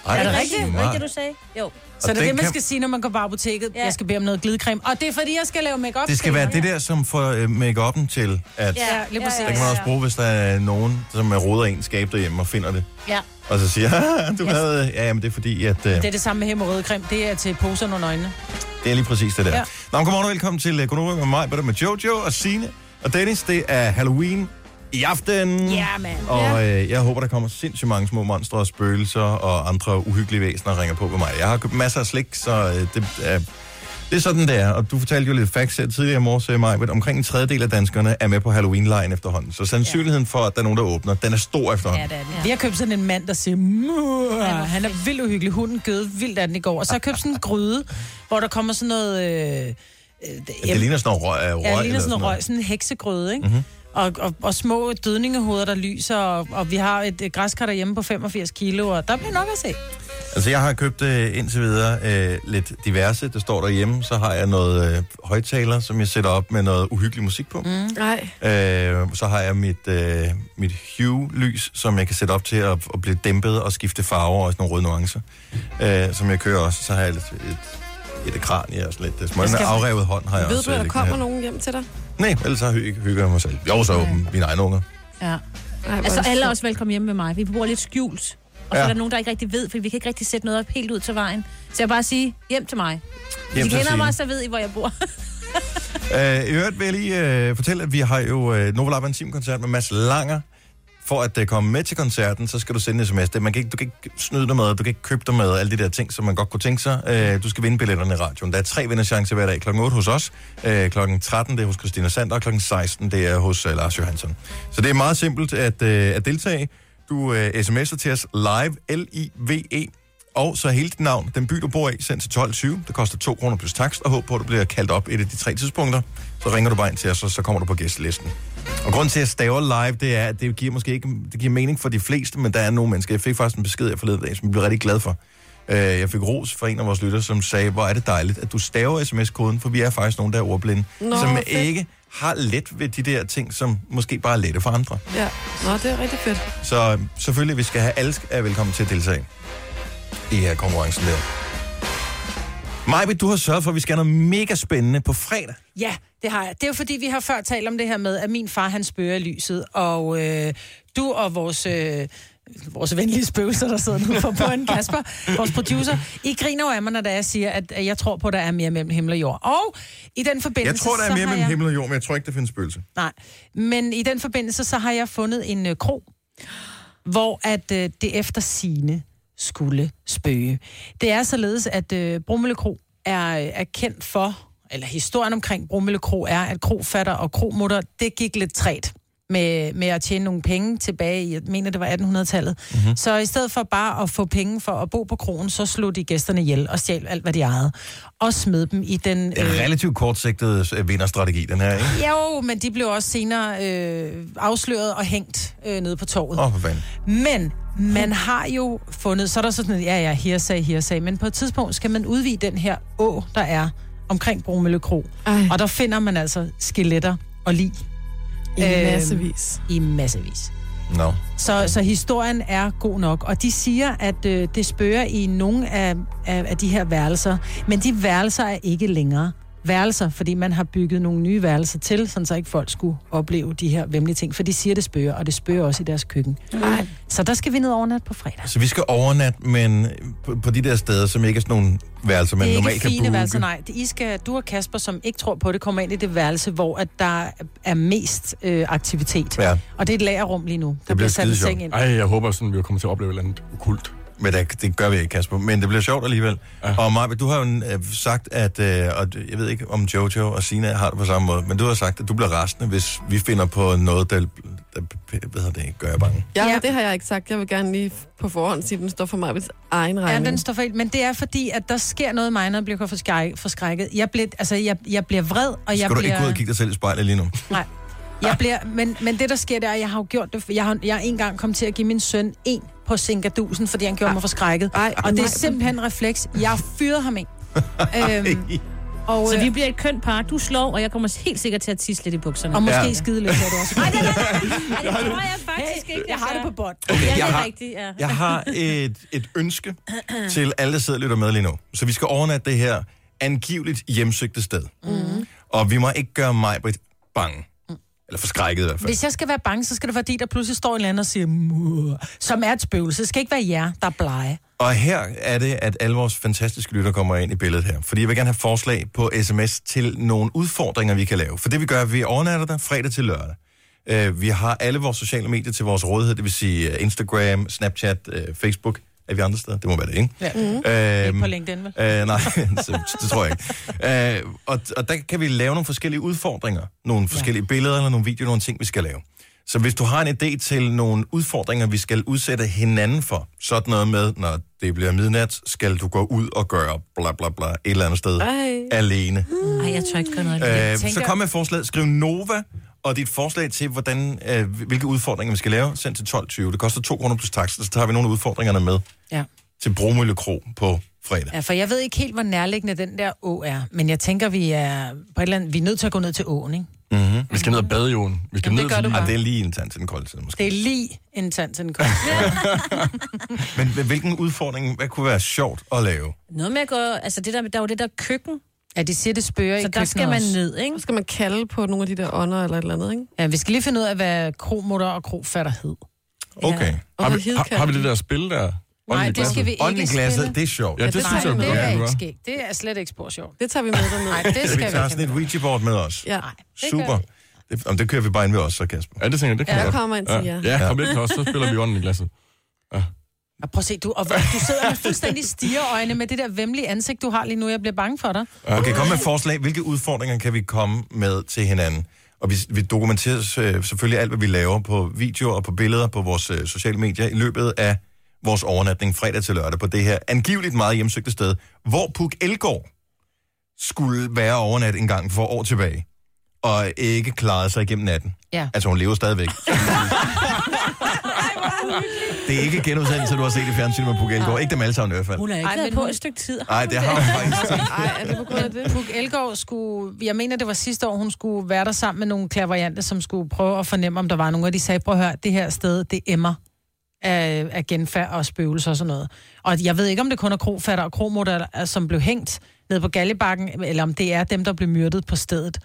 Ej,
Er det
smart.
rigtigt? Var det ikke det, du sagde? Jo.
Så det er
den
det, man
kan-
skal sige, når man går på apoteket.
Ja.
Jeg skal bede om noget glidecreme. Og det er, fordi jeg skal lave makeup.
Det skal
til.
være det der, som får øh, make til at...
Ja,
Ja, lige
ja,
præcis.
Der kan man også bruge, hvis der er nogen, som øh, roder en skab derhjemme og finder det.
Ja.
Og så siger, "Haha, du havde... Ja, jamen det er fordi, at... øh,
Det er det samme med hemorrødecreme. Det er til poser under øjnene.
Det er lige præcis det der. Ja.
Ja.
Nå, men godmorgen og velkommen til Konoba med mig, med Jojo og Sine og Dennis. Det er Halloween i aften.
Ja, mand.
Og øh, jeg håber, der kommer sindssygt mange små monstre og spøgelser og andre uhyggelige væsener og ringer på på mig. Jeg har købt masser af slik, så øh, det, øh, det er sådan, det er. Og du fortalte jo lidt facts her tidligere i morges, øh, Maj, men omkring en tredjedel af danskerne er med på Halloween-lejen efterhånden. Så sandsynligheden for, at der er nogen, der åbner, den er stor efterhånden.
Ja, det er den.
Vi har købt sådan en mand, der siger, "Mua." han er vildt uhyggelig. Hunden gød vildt af den i går. Og så har jeg købt sådan en gryde, hvor der kommer sådan noget... Øh, øh,
Ja, det ligner sådan noget røg. øh, røg
ja, det
eller
ligner sådan noget
noget.
røg, sådan en heksegrøde, ikke? Mm-hmm. Og, og, og, små dødningehoveder, der lyser, og, og vi har et øh, græskar derhjemme på 85 kilo, og der bliver nok at se.
Altså, jeg har købt øh, indtil videre øh, lidt diverse. Der står derhjemme, så har jeg noget øh, højtaler, som jeg sætter op med noget uhyggelig musik på. Mm.
Nej.
Øh, så har jeg mit, øh, mit Hue-lys, som jeg kan sætte op til at, at blive dæmpet og skifte farver og sådan nogle røde nuancer, øh, som jeg kører også. Så har jeg lidt, et, et kran i og sådan lidt øh, små. En afrevet hånd har jeg
Ved
også.
du,
øh,
at der
liggende
kommer
her.
nogen hjem til dig?
Nej, ellers så hy- hygger jeg mig selv. Jo, så åben mine egne unger.
Ja.
Ej, hvor
Altså,
er det
alle er
sødt.
også velkommen hjemme med mig. Vi bor lidt skjult. Og så
Ja.
er der nogen, der ikke rigtig ved, for vi kan ikke rigtig sætte noget op helt ud til vejen. Så jeg bare sige, hjem til mig. Hjem I
til
kender
Signe.
mig, så ved I, hvor jeg bor.
Øh, I øvrigt vil jeg lige øh, fortælle, at vi har jo øh, Novo Lab koncert med Mads Langer. For at øh, komme med til koncerten, så skal du sende en sms. Det, man kan ikke, du kan ikke snyde dig med, du kan ikke købe dig med, alle de der ting, som man godt kunne tænke sig. Øh, du skal vinde billetterne i radioen. Der er tre vinderchancer hver dag. Klokken 8 hos os, øh, klokken 13 det er hos Christina Sander, og klokken 16 det er hos øh, Lars Johansson. Så det er meget simpelt at, øh, at deltage. Du øh, sms'er til os live, L-I-V-E, E. og så hele dit navn, den by, du bor i, sendt til 12.20. Det koster 2 kroner plus takst, og håb på, at du bliver kaldt op et af de tre tidspunkter. Så ringer du bare ind til os, og så kommer du på gæstelisten. Og grunden til, at jeg staver live, det er, at det giver måske ikke det giver mening for de fleste, men der er nogle mennesker. Jeg fik faktisk en besked her forleden dag, som jeg blev rigtig glad for. Øh, Jeg fik ros fra en af vores lytter, som sagde, hvor er det dejligt, at du staver sms-koden, for vi er faktisk nogen, der er ordblinde,
Nå,
som
fedt.
ikke har let ved de der ting, som måske bare er lette for andre.
Ja. Nå, det er rigtig fedt.
Så øhm, selvfølgelig, vi skal have alle sk- er velkommen til at deltage i her konkurrencen der. Majbet, du har sørget for, at vi skal have noget mega spændende på fredag.
Ja, det har jeg. Det er jo fordi, vi har før talt om det her med, at min far, han spørger i lyset, og øh, du og vores... Øh, vores venlige spøgelser, der sidder nu for på en Kasper, vores producer. I griner jo af mig, når det er, jeg siger, at at jeg tror på, at der er mere mellem himmel og jord. Og i den forbindelse...
Jeg tror, der
så
er mere
har
mellem
jeg...
himmel og jord, men jeg tror ikke, der findes spøgelser.
Nej, men i den forbindelse, så har jeg fundet en øh, krog, hvor at øh, det efter sine skulle spøge. Det er således, at øh, Brummel Kro er, øh, er kendt for, eller historien omkring Brummel Kro er, at krofatter og kromutter, det gik lidt træt med, med at tjene nogle penge tilbage i, jeg mener, det var 1800-tallet.
Mhm.
Mm-hmm. Så i stedet for bare at få penge for at bo på kronen, så slog de gæsterne ihjel og stjal alt, hvad de ejede, og smed dem i den... øh,
Det er en relativt kortsigtet øh, vinderstrategi, den her, ikke?
Jo, men de blev også senere øh, afsløret og hængt øh, nede på torvet.
Åh,
Oh.
oh, for fanden.
Men man har jo fundet, så er der sådan en, ja ja, hearsay, hearsay, men på et tidspunkt skal man udvide den her å, der er omkring Bromølle Kro.
Ej.
Og der finder man altså skeletter og lig
I
Øhm,
massevis.
i massevis.
No.
Så, så historien er god nok, og de siger, at øh, det spørger i nogle af, af, af de her værelser, men de værelser er ikke længere værelser, fordi man har bygget nogle nye værelser til, sådan så ikke folk skulle opleve de her vemmelige ting, for de siger, det spørger, og det spørger også i deres køkken.
Nej.
Så der skal vi ned overnat på fredag.
Så vi skal overnatte, men på, på de der steder, som ikke er sådan nogle værelser, man
det er
normalt
ikke
kan
fine
booke.
værelser, nej. Det- I skal, du og Kasper, som ikke tror på det, kommer ind i det værelse, hvor at der er mest øh, aktivitet.
Ja.
Og det er et lagerrum lige nu. Der
bliver
sat en
skidesjovt.
seng ind.
Ej, jeg håber sådan, vi kommer til at opleve et eller andet okult.
Men det, det gør vi ikke, Kasper. Men det bliver sjovt alligevel. Ja.
Ja.
Og Maja, du har jo øh, sagt, at... Øh, og jeg ved ikke, om Jojo og Sina har det på samme måde, men du har sagt, at du bliver rasende, hvis vi finder på noget, der... der hvad hedder det? Gør jeg bange.
Ja,
Ja.
ja, det har jeg ikke sagt. Jeg vil gerne lige på forhånd sige, at den står for mig egen
Ja,
regning.
den står for helt. Men det er fordi, at der sker noget i mig, når jeg bliver forskræk- forskrækket. Jeg bliver, altså, jeg, jeg bliver vred, og
Skal
jeg
du
bliver...
ikke gå ud og Ah. kigge dig selv i spejlet lige nu?
Nej. Jeg bliver, men, men det, der sker, det er, at jeg har jo gjort det. for- Jeg har, jeg har engang kommet til at give min søn en på Sinkadusen, fordi han
Ah.
gjorde mig forskrækket.
Ej,
Og det
nej.
er simpelthen en refleks. Jeg fyrede ham en. øhm, og,
Så vi bliver et kønt par. Du slår, og jeg kommer helt sikkert til at tisse lidt i bukserne.
og måske
Ja.
ja. skideløb, er det også.
Nej, nej, nej, nej. Ej, det tror jeg faktisk ikke.
Jeg har det på bånd.
Okay, jeg,
jeg
jeg
har-
har... Rigtigt, ja.
Jeg har et, et ønske til alle, der sidder og lytter med lige nu. Så vi skal overnatte det her angiveligt hjemsøgte sted.
Mhm.
Mm. Og vi må ikke gøre mig bange. Eller forskrækket i hvert fald.
Hvis jeg skal være bange, så skal det være fordi, der pludselig står en eller anden og siger, "Mur", som er et spøgelse. Det skal ikke være jer, der er blege.
Og her er det, at alle vores fantastiske lytter kommer ind i billedet her. Fordi jeg vil gerne have forslag på sms til nogle udfordringer, vi kan lave. For det vi gør, er, at vi overnatter dig fredag til lørdag. Øh, Vi har alle vores sociale medier til vores rådighed, det vil sige øh, Instagram, Snapchat, øh, Facebook. Er vi andre steder? Det må være det, ikke?
Ja.
Mm.
Ikke på LinkedIn, vel?
Øh, nej, så- det tror jeg ikke. Øh, og, og der kan vi lave nogle forskellige udfordringer. Nogle forskellige ja. billeder eller nogle videoer, nogle ting, vi skal lave. Så hvis du har en idé til nogle udfordringer, vi skal udsætte hinanden for, sådan noget med, når det bliver midnat, skal du gå ud og gøre bla bla bla et eller andet sted
Ej.
alene.
Ej, jeg tør ikke gøre noget.
Øh, så
tænker-
kom med forslaget. Skriv Nova og dit forslag til, hvordan, øh, hvilke udfordringer vi skal lave. Send til 12.20. Det koster 2 kroner plus tax, og så tager vi nogle af udfordringerne med.
Ja.
til Bromølle Kro på fredag.
Ja, for jeg ved ikke helt, hvor nærliggende den der å er, men jeg tænker, vi er, på et eller andet, vi er nødt til at gå ned til åen, ikke?
Mm-hmm.
Vi skal ned og bade, Jon. Vi skal
Jamen, det
ned
gør
til
du
lige-
Ah, det er lige en tand til den kolde side, måske.
Det er lige en tand til den kolde.
Men h- hvilken udfordring, hvad kunne være sjovt at lave?
Noget med at gå... Altså, det der, der er jo det der køkken,
Ja, de siger, det spørger i
så der
køkkenet
skal man
også.
ned, ikke?
Så skal man kalde på nogle af de der ånder eller et eller andet, ikke?
Ja, vi skal lige finde ud af, hvad kromutter og krofatter hed.
Okay.
Og
Har
hvad
vi,
hed
har,
kan
har vi det der spil der?
Nej, det skal vi
Ånden i
ikke
glasset,
spille.
det er sjovt.
Ja,
Ja,
det, synes jeg,
Nej,
vi
det
godt
er
kan
ikke
gøre.
skægt. Det er slet ikke spor sjovt.
Det tager vi med derned.
Nej, det
vi
skal
tager sådan
vi
et
ikke.
Ouija-board med os.
Ja.
det
Super. Det, om det kører vi bare ind ved os, så Kasper.
Ja, det tænker jeg, det kan
Jeg
jeg godt.
kommer ind til jer.
Ja, kom ind til os, så spiller vi ånden i glasset.
Og prøv at se, du, og, hvor- du sidder med fuldstændig stigeøjne med det der vemmelige ansigt, du har lige nu. Jeg bliver bange for dig.
Okay, kom med et forslag. Hvilke udfordringer kan vi komme med til hinanden? Og vi, vi dokumenterer øh, selvfølgelig alt, hvad vi laver på videoer og på billeder på vores øh, sociale medier i løbet af vores overnatning fredag til lørdag på det her angiveligt meget hjemsøgte sted, hvor Puk Elgård skulle være overnat en gang for år tilbage, og ikke klarede sig igennem natten.
Ja.
Altså, hun lever stadigvæk. det er ikke genudsendelser, du har set i fjernsynet med Puk Elgård. Ikke dem alle sammen i hvert fald.
Hun har
Ej,
ikke været
men
på
hun-
et stykke tid.
Nej, det har hun faktisk
Ej, er det på grund af det?
Puk Elgård skulle, jeg mener det var sidste år, hun skulle være der sammen med nogle klaverianter, som skulle prøve at fornemme, om der var nogen, og de sagde, prøv at høre, det her sted, det emmer af, af genfærd og spøgelser og sådan noget. Og jeg ved ikke, om det kun er krofatter og kromutter, der- som blev hængt ned på Gallebakken, eller om det er dem, der blev myrdet på stedet,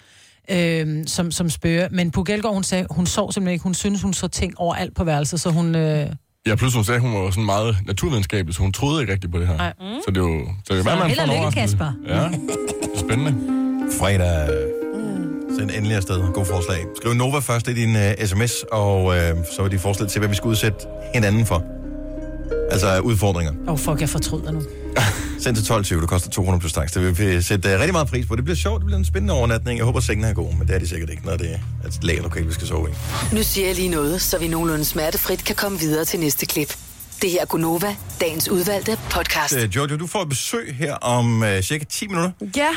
øh, som, som spørger. Men Puk Elgård, hun sagde, hun sov simpelthen ikke. Hun synes, hun så ting overalt på værelset, så hun... Øh,
Ja, plus hun sagde, hun var sådan meget naturvidenskabelig, så hun troede ikke rigtigt på det her.
Nej.
Mm. Så det er jo... Så det kan være, man
held
får
og
en
lykke,
overraskelse.
Kasper.
Ja, det er spændende.
fredag.
Mm.
Send endelig afsted. God forslag. Skriv Nova først i din uh, sms, og uh, så vil de forslag til, hvad vi skal udsætte hinanden for. Altså uh, udfordringer.
oh fuck, jeg fortryder nu.
Send til 12.20, det koster 200 plus tax. Det vil vi sætte uh, rigtig meget pris på. Det bliver sjovt, det bliver en spændende overnatning. Jeg håber, sengen er god, men det er de sikkert ikke, når det er et lagerlokale, vi skal sove i.
Nu siger jeg lige noget, så vi nogenlunde smertefrit kan komme videre til næste klip. Det her er Gunova, dagens udvalgte podcast.
Øh.
Uh, Jojo, du får et besøg her om uh, cirka 10 minutter.
Ja,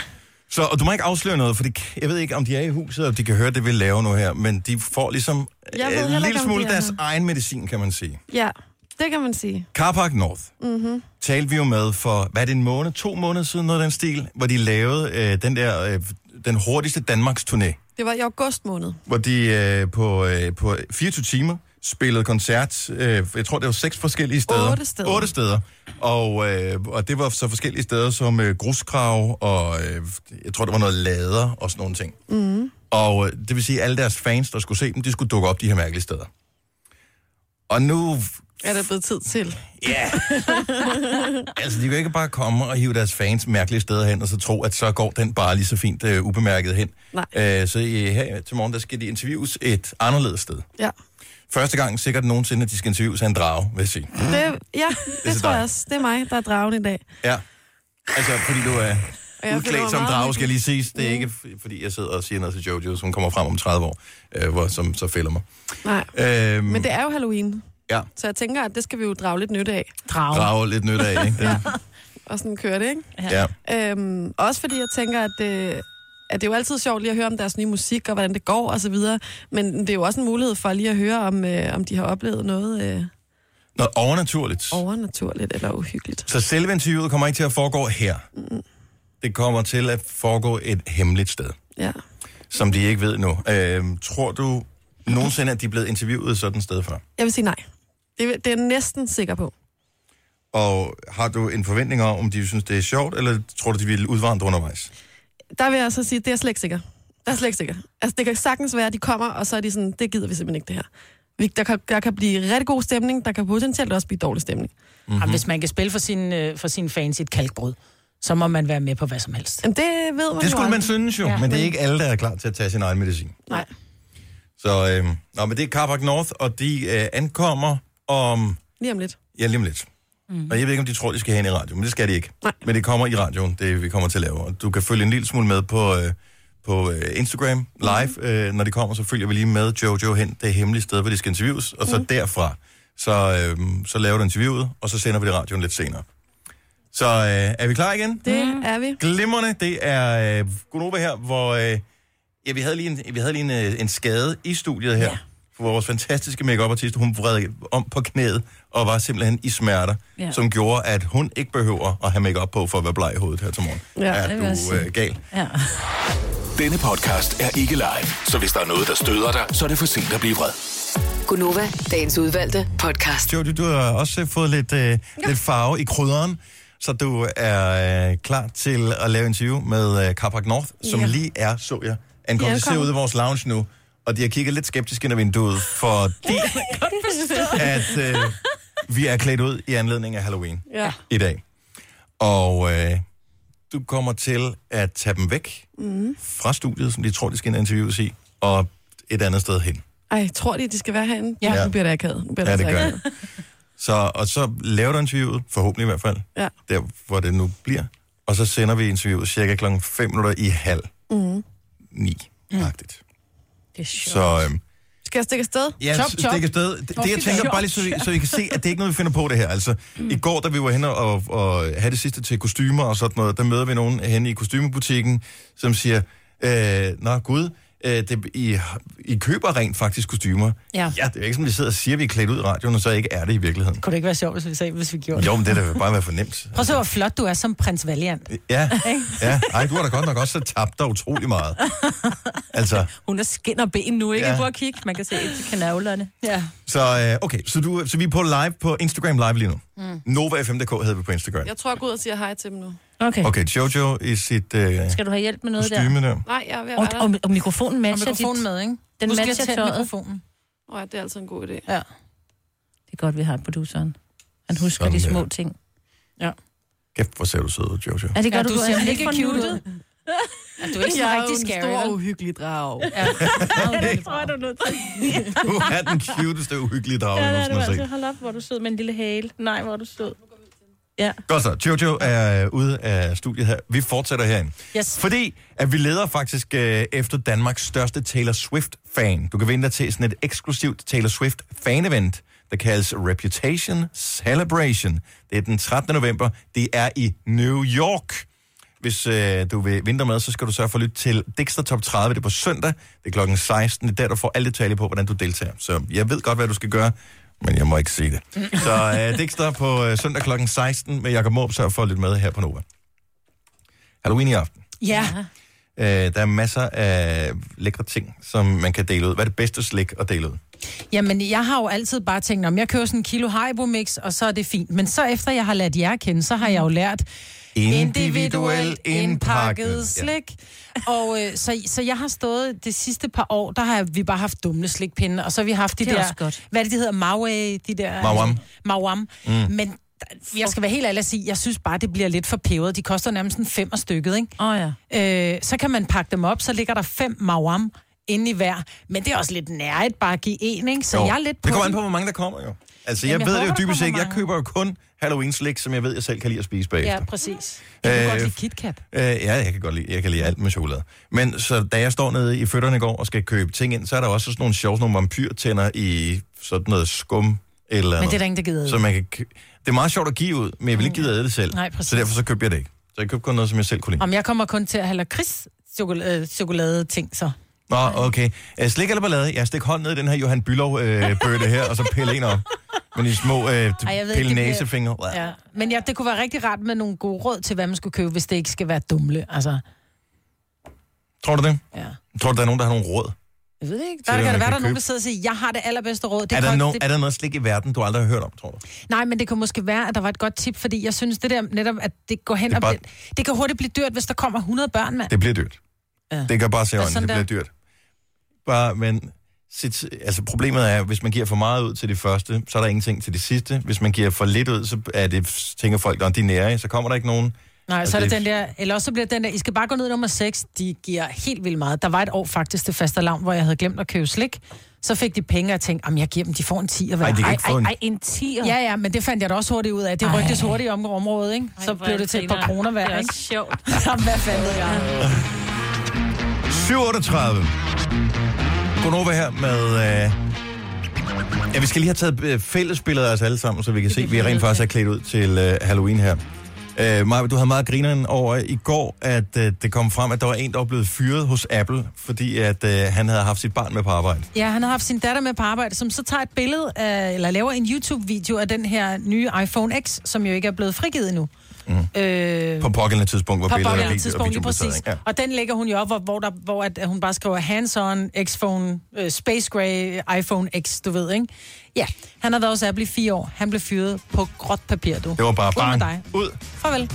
Så, og du må ikke afsløre noget, for det, jeg ved ikke, om de er i huset, og de kan høre det, vi laver nu her, men de får ligesom
Jeg ved
øh, en
heller
lille
ikke, om
smule
de er
deres
her.
egen medicin, kan man sige.
ja. Det kan man sige.
Carpark North mm-hmm. talte vi jo med for, hvad er det, en måned, to måneder siden, noget af den stil, hvor de lavede øh, den der, øh, den hurtigste Danmarks turné,
Det var i august måned.
hvor de øh, på, øh, på 24 timer spillede koncert, øh, jeg tror, det var seks forskellige steder.
Otte steder.
Otte steder. Og, øh, og det var så forskellige steder som øh, gruskrav, og øh, jeg tror, der var noget lader og sådan nogle ting. Mm.
Mm-hmm.
Og øh, det vil sige, at alle deres fans, der skulle se dem, de skulle dukke op de her mærkelige steder. Og nu
Er der blevet tid til?
Ja. altså, de kan jo ikke bare komme og hive deres fans mærkelige steder hen, og så tro, at så går den bare lige så fint øh, ubemærket hen.
Nej.
Øh, så i, her til morgen, der skal de interviews et anderledes sted.
Ja.
Første gang sikkert nogensinde, at de skal interviews af en drage, vil jeg sige.
Det, ja, det,
så
tror jeg
dejligt.
også. Det er mig, der er dragen i dag.
Ja. Altså, fordi du er
Og jeg føler
udklædt
mig
som
meget
drage,
hyggelig.
skal jeg lige sige. Det er ikke, f- fordi jeg sidder og siger noget til Jojo, som kommer frem om 30 år, øh, hvor, som så fælder mig.
Nej,
Øhm,
men det er jo Halloween.
Ja.
Så jeg tænker, at det skal vi jo drage lidt nytte af.
Drage.
Drage lidt nyt af, ikke? Ja.
Og sådan kører det, ikke?
ja.
Øhm, også fordi jeg tænker, at, øh, at det er jo altid sjovt lige at høre om deres nye musik, og hvordan det går, og så videre. Men det er jo også en mulighed for lige at høre, om, øh, om de har oplevet noget øh,
Noget overnaturligt.
overnaturligt eller uhyggeligt.
Så selve interviewet kommer ikke til at foregå her. Det kommer til at foregå et hemmeligt sted,
Ja.
som de ikke ved nu. Øhm, tror du nogensinde, at de er blevet interviewet sådan et sted før?
Jeg vil sige nej. Det, det er jeg næsten sikker på.
Og har du en forventning om, om de synes, det er sjovt, eller tror du, de vil udvandre undervejs?
Der vil jeg så sige, det er jeg slet ikke sikker. Der er slet ikke sikker. Altså, det kan sagtens være, at de kommer, og så er de sådan, det gider vi simpelthen ikke det her. Vi, der, kan, der kan blive rigtig god stemning, der kan potentielt også blive dårlig stemning.
Mhm.
Mm-hmm. Hvis man kan spille for sine, for sine fans i et kalkbrød, så må man være med på hvad som helst.
Jamen, det ved man
Det
jo
skulle man
aldrig.
synes jo, ja, men det er ikke alle, der er klar til at tage sin egen medicin.
Nej.
Så øhm, nå, men det er Carpark North, og de øh, ankommer om...
Lige om lidt.
Ja, lige om lidt. Mm. Og jeg ved ikke, om de tror, de skal hen i radioen, men det skal de ikke.
Nej.
Men det kommer i radioen, det vi kommer til at lave. Og du kan følge en lille smule med på, øh, på øh, Instagram live. Mm. Øh, når de kommer, så følger vi lige med Jojo hen det hemmelige sted, hvor de skal interviews. Og så mm. derfra, så, øh, så laver du interviewet, og så sender vi det i radioen lidt senere. Så øh, er vi klar igen?
Det mm. er vi.
Glimrende, det er øh, Gunova her, hvor øh, ja, vi havde lige, en, vi havde lige en, øh, en skade i studiet her. Ja. vores fantastiske makeup artist hun vred om på knæet og var simpelthen i smerter, ja.
Ja.
som gjorde, at hun ikke behøver at have makeup på for at være bleg i hovedet her til morgen. Ja,
Ja,
er
det vil jeg
du
sige.
øh, gal?
Ja.
Denne podcast er ikke live, så hvis der er noget, der støder dig, så er det for sent at blive vred.
Gunova, dagens udvalgte podcast.
Jojo, du har også øh, fået lidt, øh, ja. lidt farve i krydderen, så du er øh, klar til at lave interview med øh, Carpark North, som ja.
Ja.
lige er, så jeg, ankommet. De sidder
ankommet.
ude i vores lounge nu, og de har kigget lidt skeptisk ind ad vinduet, fordi at øh, vi er klædt ud i anledning af Halloween
Ja.
i dag. Og øh, du kommer til at tage dem væk mm. fra studiet, som de tror, de skal ind og interviews i, og et andet sted hen.
Ej, tror de, de skal være herinde?
Ja.
Nu bliver det akavet. Nu bliver
Ja,
det,
det
altså
gør
akavet.
jeg. Så, og så laver du interviewet, forhåbentlig i hvert fald,
Ja.
der hvor det nu bliver. Og så sender vi interviewet cirka klokken 5 minutter i halv. Mm. 9. Mm.
Mhm. Det er sjovt.
Så øhm,
Skal jeg stikke afsted?
ja,
Chop,
s-
chop.
stik afsted. Det, det jeg
Torskebær.
tænker, bare lige så, vi- så I kan se, at det er ikke noget, vi finder på det her. Altså, mm. i går, da vi var henne og, og havde det sidste til kostymer og sådan noget, der møder vi nogen henne i kostymebutikken, som siger, øh, nå gud, øh, det, I, I køber rent faktisk kostymer.
Ja.
ja, det er jo ikke sådan, vi sidder og siger, at vi er klædt ud i radioen, og så ikke er det i virkeligheden.
Kunne det ikke være sjovt, hvis vi, sagde, hvis vi gjorde det?
Jo, men det er da bare være for nemt.
Prøv at se, hvor flot du er som prins Valiant.
Ja, ja. Ej, du har da godt nok også tabt dig utrolig meget. Altså,
Hun er skin og ben nu, ikke?
Ja.
Ja. Prøv at kigge. Man kan se ind til kanavlerne.
Ja.
så, øh, okay, så, du, så vi er på live på Instagram live lige nu. Mm. Nova5.dk hedder vi på Instagram.
Jeg tror, jeg går ud og siger hej til dem nu.
Okay. okay.
Okay, Jojo i sit øh,
Skal du have hjælp med noget der?
kostyme der.
Nej, jeg er ved at
Og,
være
og,
der.
og mikrofonen
Og
matcher
mikrofonen
dit.
med, ikke?
Den
Husk lige at
matcher
tænde
tøjet.
mikrofonen.
Åh, det er altså en god idé.
Ja.
Det er godt, vi har produceren. Han husker
Sådan
de
der.
små ting.
Kæft, hvor ser du sød ud, Jojo.
Er det
Ja,
godt,
du
du,
ser
er
mega
lidt
cute
cute
ud.
ud?
Ja, du er ikke sådan rigtig scary,
stor,
vel?
uhyggelig drag.
Ja.
Det tror jeg, du er nødt til.
Du er den cuteste, uhyggelige drage,
Ja,
jeg
det er du
nogensinde har
altså.
set.
Hold op, hvor er du sød med en lille hale. Nej, hvor er du sød.
Godt så, Jojo er øh, ude af studiet her. Vi fortsætter herinde.
Yes.
Fordi at vi leder faktisk øh, efter Danmarks største Taylor Swift-fan. Du kan vinde dig til sådan et eksklusivt Taylor Swift-fan-event, der kaldes Reputation Celebration. Det er den 13. november. Det er i New York. Hvis øh, du vil vinde dig med, så skal du sørge for at lytte til Dexter Top 30. Det er på søndag. Det er klokken 16. Det er der, du får alle detaljer på, hvordan du deltager. Så jeg ved godt, hvad du skal gøre, men jeg må ikke sige det. Så øh, Dexter på øh, søndag klokken 16 med Jakob Måb. Sørg for at lytte med her på Nova. Halloween i aften.
Ja.
Øh, der er masser af lækre ting, som man kan dele ud. Hvad er det bedste slik at dele ud?
Jamen, jeg har jo altid bare tænkt, om jeg kører sådan en kilo Haribo mix, og så er det fint. Men så efter jeg har lært jer at kende, så har jeg jo lært individuelt indpakket slik. Og øh, så, så jeg har stået de sidste par år, der har vi bare haft dumle slikpinde, og så har vi haft de
Det er
der,
også godt.
hvad er det, de hedder, Maui, de der...
Mawam.
Mawam. Mm. Men der- jeg skal være helt ærlig at sige, jeg synes bare, det bliver lidt for peberet. De koster nærmest en fem af stykket, ikke?
Åh oh, ja.
Øh, så kan man pakke dem op, så ligger der fem mawam inde i hver. Men det er også lidt nærigt bare at give en, ikke? Så jo. jeg er lidt på,
det kommer an
den.
på, hvor mange der kommer jo. Altså, jeg,
Jamen,
jeg
jeg
ved det
håber,
jo
der
dybest set
kommer
ikke. Jeg
mange.
køber jo kun Halloween-slik, som jeg ved, jeg selv kan lide at spise bagefter.
Ja, præcis. Jeg kan
Øh,
godt lide KitKat.
Øh, ja, jeg kan godt lide, jeg kan lide alt med chokolade. Men så da jeg står nede i fødderne i går og skal købe ting ind, så er der også sådan nogle sjove nogle vampyrtænder i sådan noget skum eller
Men det er
noget.
der ingen, der gider.
Så man kan kø- det er meget sjovt at give ud, men jeg vil ikke give det selv.
Nej, præcis.
så derfor så købte jeg det ikke. Så jeg købte kun noget, som jeg selv kunne lide.
Om jeg kommer kun til at have lakrids chokolade, chokolade ting, så.
Nå, okay. Øh, Slik eller ballade? Jeg stik hånd ned i den her Johan Bylov-bøtte her, og så pille en op. Med de små øh,
Ej, jeg ved
pille
ikke, det bliver-
næsefingre. Ja.
Ja. Men ja, det kunne være rigtig rart med nogle gode råd til, hvad man skulle købe, hvis det ikke skal være dumle. Altså,
Tror du det?
ja.
Tror du, der er nogen, der har nogle råd?
Jeg ved det ikke.
Så
Der,
det,
kan
man kan
det være, der er
købe.
nogen, der sidder og siger, jeg har det allerbedste råd. Det
Er der,
koster-
no,
det-
er der noget slik i verden, du aldrig har hørt om, tror du?
Nej, men det kunne måske være, at der var et godt tip, fordi jeg synes det der netop, at det går hen
Det er
det og
bare-
bliver, Det kan hurtigt blive dyrt, hvis der kommer 100 børn, mand.
Det bliver dyrt. Ja.
Ja.
Det kan bare se
er
øjnene, det
sådan
bliver dyrt. Bare, men sit, altså problemet er, hvis man giver for meget ud til de første, så er der ingenting til de sidste. Hvis man giver for lidt ud, så er det, tænker folk, at de er nære, så kommer der ikke nogen.
Nej,
Og
så er det
det-
den der, eller også så bliver det den der, I skal bare gå ned i nummer 6, de giver helt vildt meget. Der var et år faktisk til fastelavn, hvor jeg havde glemt at købe slik. Så fik de penge og jeg tænkte, jamen jeg giver dem, de får en 10 hver.
Ej, det kan
Ej,
ikke få en...
Ej, en tiger.
Ja, ja, men det fandt jeg da også hurtigt ud af. Det
Ej.
rygtes hurtigt i om- området, ikke? Så blev det til et par kroner
Det
hver,
er
ikke?
også sjovt.
Så hvad fanden ved jeg?
7.38. Godnova her med... Øh... Ja, vi skal lige have taget øh, fællesbilleder af os alle sammen, så vi kan se, at vi rent faktisk er klædt ud til øh, Halloween her. Øh, Maja, du havde meget grineren over i går, at øh, det kom frem, at der var en, der var blevet fyret hos Apple, fordi at øh, han havde haft sit barn med på arbejde.
Ja, han har haft sin datter med på arbejde, som så tager et billede af, eller laver en YouTube-video af den her nye iPhone X, som jo ikke er blevet frigivet endnu. Mm. Øh,
På pågældende tidspunkt, hvor
på
billeder
pågældende
video-
tidspunkt, lige
videobaseret,
præcis.
ikke?
Ja. Og den lægger hun jo op, hvor, hvor, der, hvor at, at hun bare skriver hands-on, X-Phone, øh, Space Gray, iPhone X, du ved, ikke? Ja, han har været hos Apple i fire år. Han blev fyret på gråt papir, du.
Det var bare
Ud med
bang,
dig.
ud.
Farvel.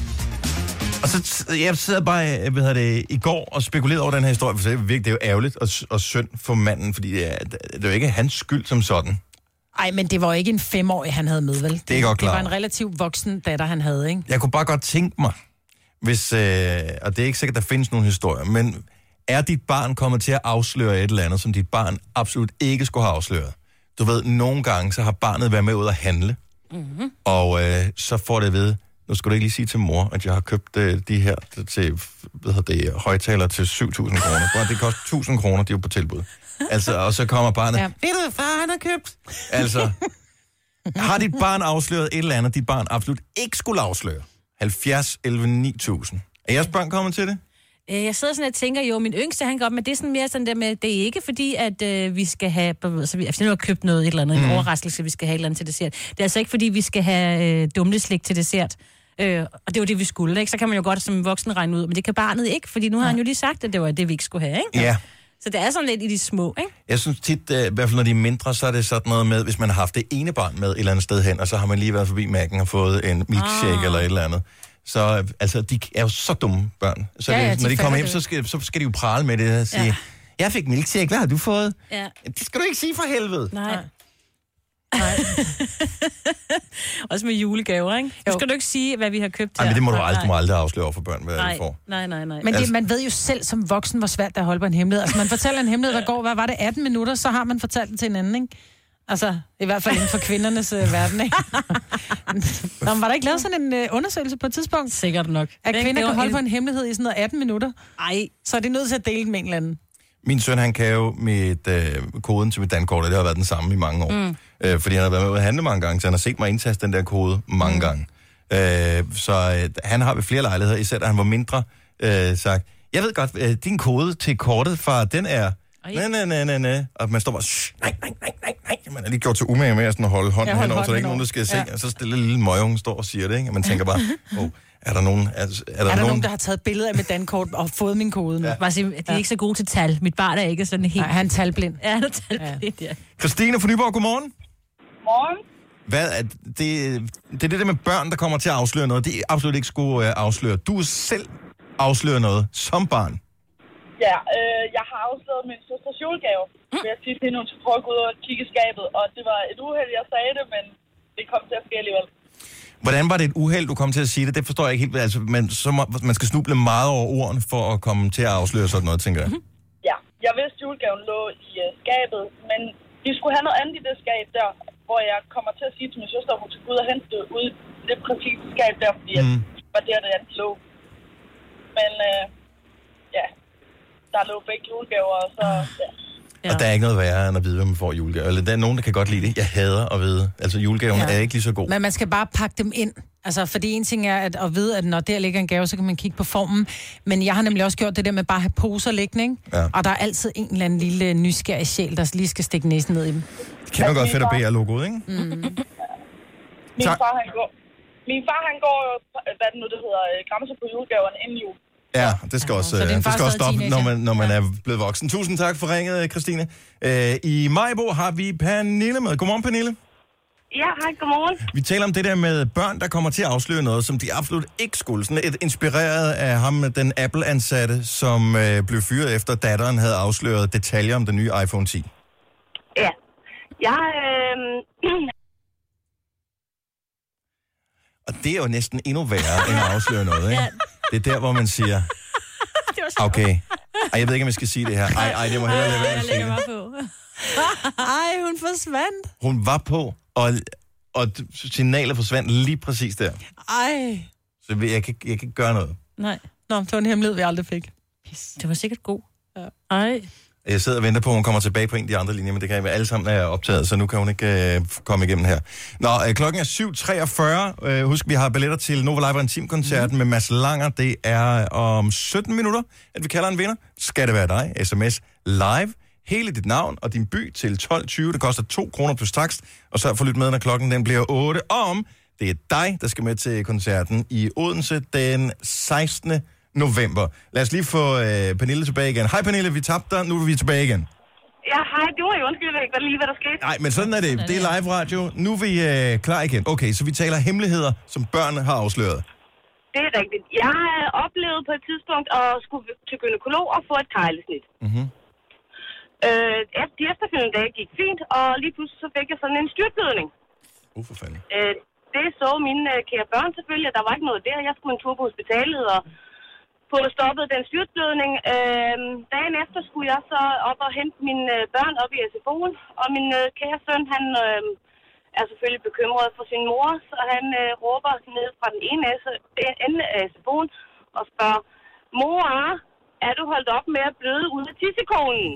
Og så t- jeg sad bare øh, hvad hedder det, i går og spekulerede over den her historie, for det er virkelig- det er jo ærgerligt og, s- og synd for manden, fordi det er, det er jo ikke hans skyld som sådan.
Ej, men det var jo ikke en femårig, han havde med, vel?
Det er jeg godt klar
Det var
over.
en relativt voksen datter, han havde, ikke?
Jeg kunne bare godt tænke mig, hvis, øh, og det er ikke sikkert, der findes nogen historier, men er dit barn kommet til at afsløre et eller andet, som dit barn absolut ikke skulle have afsløret? Du ved, nogle gange så har barnet været med ud at handle, mm-hmm. og øh, så får det at vide, nu skal du ikke lige sige til mor, at jeg har købt øh, de her til, hvad hedder det, højtaler til 7.000 kroner. Bare, Det koster 1.000 kroner, de er jo på tilbud. Altså, og så kommer barnet, ja.
Ja.
ved du, hvad far han har købt? Altså, har dit barn afsløret et eller andet, dit barn absolut ikke skulle afsløre? 70, 11, 9000. Er jeres børn kommet til det?
Øh, Jeg sidder sådan og tænker, jo, min yngste, han går op, men det er sådan mere sådan der med, det er ikke fordi, at øh, vi skal have, så vi, altså, nu har købt noget, et eller andet, mm. en overraskelse, vi skal have et eller andet til dessert. Det er altså ikke fordi, vi skal have øh, dumleslik til dessert. Øh, og det var det, vi skulle, ikke? Så kan man jo godt som voksen regne ud, men det kan barnet ikke, fordi nu har han jo lige sagt, at det var det, vi ikke skulle have, ikke?
Ja.
Så det er sådan lidt i de små, ikke?
Jeg synes tit, øh, i hvert fald når de er mindre, så er det sådan noget med, hvis man har haft det ene barn med et eller andet sted hen, og så har man lige været forbi mærken og fået en milkshake ah. eller et eller andet. Så øh, altså, de er jo så dumme børn. Så
Ja,
det,
ja,
når
de
de kommer
fatter
hjem,
det.
så skal, så skal de jo prale med det og sige, ja.
Ja.
jeg fik milkshake, hvad har du fået?
Ja.
Det skal du ikke sige for helvede.
Nej. Nej. Også med julegaver, ikke? Nu skal du ikke sige, hvad vi har købt
Ej, men det må du
Nej,
aldrig, du må
nej.
aldrig afsløre over for børn, hvad
Nej,
de får.
nej, nej, nej.
Men det,
Altså-
man ved jo selv som voksen, hvor svært det er at holde på en hemmelighed. Altså, man fortæller en hemmelighed, der går, hvad var det, 18 minutter, så har man fortalt den til en anden, ikke? Altså, i hvert fald inden for kvindernes øh, verden, ikke? Nå, men var der ikke lavet sådan en øh, undersøgelse på et tidspunkt,
Sikkert nok.
at
Ikke?
kvinder
Det var
kan holde
en-
på en hemmelighed i sådan noget 18 minutter?
Ej,
Så er det nødt til at dele den med en eller anden.
Min søn, han kan jo mit, øh, koden til mit dankort, og det har været den samme i mange år. Mm. Øh, fordi han har været med ude at handle mange gange, så han har set mig indtaste den der kode mange mm. gange. Øh, så øh, han har ved flere lejligheder, især da han var mindre, øh, sagt, jeg ved godt, øh, din kode til kortet, far, den er... Nej, nej, nej, nej, nej. Og man står bare, "Shh, nej, nej, nej, nej, nej. Man er lige gjort til umage med at sådan holde hånden
Ja, holde
henover, så der
hånden
ikke er nogen, der skal se.
henover. Ja.
Og så stille lille møgung står og siger det, ikke? Og man tænker bare, oh, er der nogen... altså, Er, er, der,
Er der nogen, der har taget billeder af mit dankort og fået min kode nu? Ja.
Bare sige, at de er ikke så gode til tal. Mit barn er ikke sådan helt...
Nej, han er talblind.
Ja, han er talblind, ja.
Christine fra Nyborg, godmorgen.
Morgen.
Hvad er det, det er det der med børn, der kommer til at afsløre noget, de absolut ikke skulle øh, afsløre. Du selv afslører noget som barn.
Ja, øh, jeg har afsløret min søsters julegave. Mm. Jeg siger til hende, hun skulle prøve at gå ud og kigge i skabet, og det var et uheld, jeg sagde det, men det kom til at ske alligevel.
Hvordan var det et uheld, du kom til at sige det? Det forstår jeg ikke helt. Altså, man, så må, man skal snuble meget over ordene for at komme til at afsløre sådan noget, tænker jeg. Mm-hmm.
Ja, jeg vidste, at julegaven lå i øh, skabet, men vi skulle have noget andet i det skab der, hvor jeg kommer til at sige til min søster, at hun skulle gå ud og hente det ud i det præcise skab der, fordi mm. det var der, der lå. Men øh, ja, der lå begge julegaver, og så... Ja.
Og der er ikke noget værre end at vide, hvad man får i julegave. Eller der er nogen, der kan godt lide det. Jeg hader at vide. Altså, julegaven ja.
Ja.
er ikke lige så god.
Men man skal bare pakke dem ind. Altså, fordi en ting er at, at vide, at når der ligger en gave, så kan man kigge på formen. Men jeg har nemlig også gjort det der med bare at have poser liggende, ikke?
Ja.
Og der er altid en eller anden lille nysgerrig sjæl, der lige skal stikke næsen ned i dem.
Det kan man godt fedt at bære logoet, ikke? Mm.
Min
Tak.
far, han går, min far, han går, jo, hvad det nu, det hedder, øh, grænser på julegaverne inden jul.
Ja, det skal også,
Så din
øh, det
far
skal også
stadig
stoppe, når
teenager?
man, når man er blevet voksen. Tusind tak for ringet, Christine. Øh, I Majbo har vi Pernille med. Godmorgen, Pernille.
Ja, hej, godmorgen.
Vi taler om det der med børn, der kommer til at afsløre noget, som de absolut ikke skulle. Sådan et inspireret af ham, den Apple-ansatte, som øh, blev fyret efter datteren havde afsløret detaljer om den nye iPhone 10.
Ja. Jeg, øh,
Og det er jo næsten endnu værre, end at afsløre noget, ikke? Det er der, hvor man siger, okay, ej, jeg ved ikke, om jeg skal sige det her. Ej, ej, det må hellere lade være med at sige det.
bare på.
Ej, hun forsvandt.
Hun var på, og, og signalet forsvandt lige præcis der.
Ej.
Så vi- jeg kan, jeg kan ikke gøre noget.
Nej,
Nå, det var en hemmelighed, vi aldrig fik.
det var sikkert god. Ja. Ej.
Jeg sidder og venter på, at hun kommer tilbage på en af de andre linjer, men det kan jeg alle sammen er optaget, så nu kan hun ikke øh, komme igennem her. Nå, øh, klokken er 7.43. Øh, husk, vi har billetter til Nova Live Team koncert mm. med Mads Langer. Det er om 17 minutter, at vi kalder en vinder. Skal det være dig? SMS live. Hele dit navn og din by til 12.20. Det koster 2 kroner plus takst. Og så få lyt med, når klokken den bliver 8. Om det er dig, der skal med til koncerten i Odense den 16. november. Lad os lige få øh, Pernille tilbage igen. Hej Pernille, vi tabte dig. Nu er vi tilbage igen.
Ja, hej, det var jo undskyld, jeg ved ikke lige, hvad der skete.
Nej, men sådan er det. Det er live radio. Nu er vi øh, klar igen. Okay, så vi taler hemmeligheder, som børn har afsløret.
Det er rigtigt. Jeg øh, oplevede på et tidspunkt at skulle til gynekolog og få et kejlesnit.
Mhm.
Øh, efter de efterfølgende dage gik fint, og lige pludselig så fik jeg sådan en styrtblødning.
Uh, for fanden.
Øh, det så mine øh, kære børn selvfølgelig, og der var ikke noget der. Jeg skulle en tur på hospitalet og få stoppet den styrtblødning. Øh, dagen efter skulle jeg så op og hente mine øh, børn op i SFO'en, og min øh, kære søn, han øh, er selvfølgelig bekymret for sin mor, så han øh, råber ned fra den ene S- øh, ende af SFO'en og spørger, mor, er du holdt op med at bløde ud af tissekonen?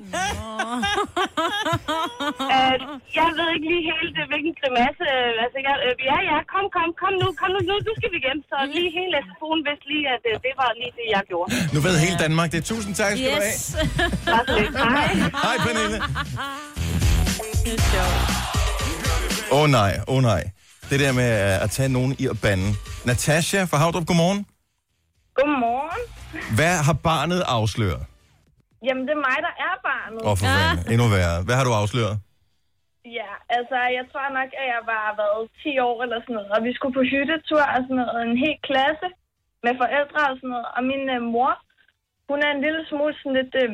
Øh, jeg ved ikke lige helt, øh, hvilken grimasse... øh, Altså, jeg, øh, ja, ja, kom, kom, kom nu, kom nu, nu, nu skal vi hjem. Så lige hele telefonen vidste lige, at øh, det var lige det, jeg gjorde.
Nu ved hele Danmark det. Tusind tak skal du have.
Yes.
Bare så lidt. Hej.
Hej Pernille. Åh oh, nej, åh oh, nej. Det der med øh, at tage nogen i at bande. Natasha fra Havdrup, godmorgen.
Godmorgen.
Hvad har barnet afsløret?
Jamen, det er mig, der er barnet.
Åh, oh, for fanden. Endnu værre. Hvad har du afsløret?
Ja, altså, jeg tror nok, at jeg var været 10 år eller sådan noget, og vi skulle på hyttetur og sådan noget, en hel klasse med forældre og sådan noget, og min øh, mor, hun er en lille smule sådan lidt øh,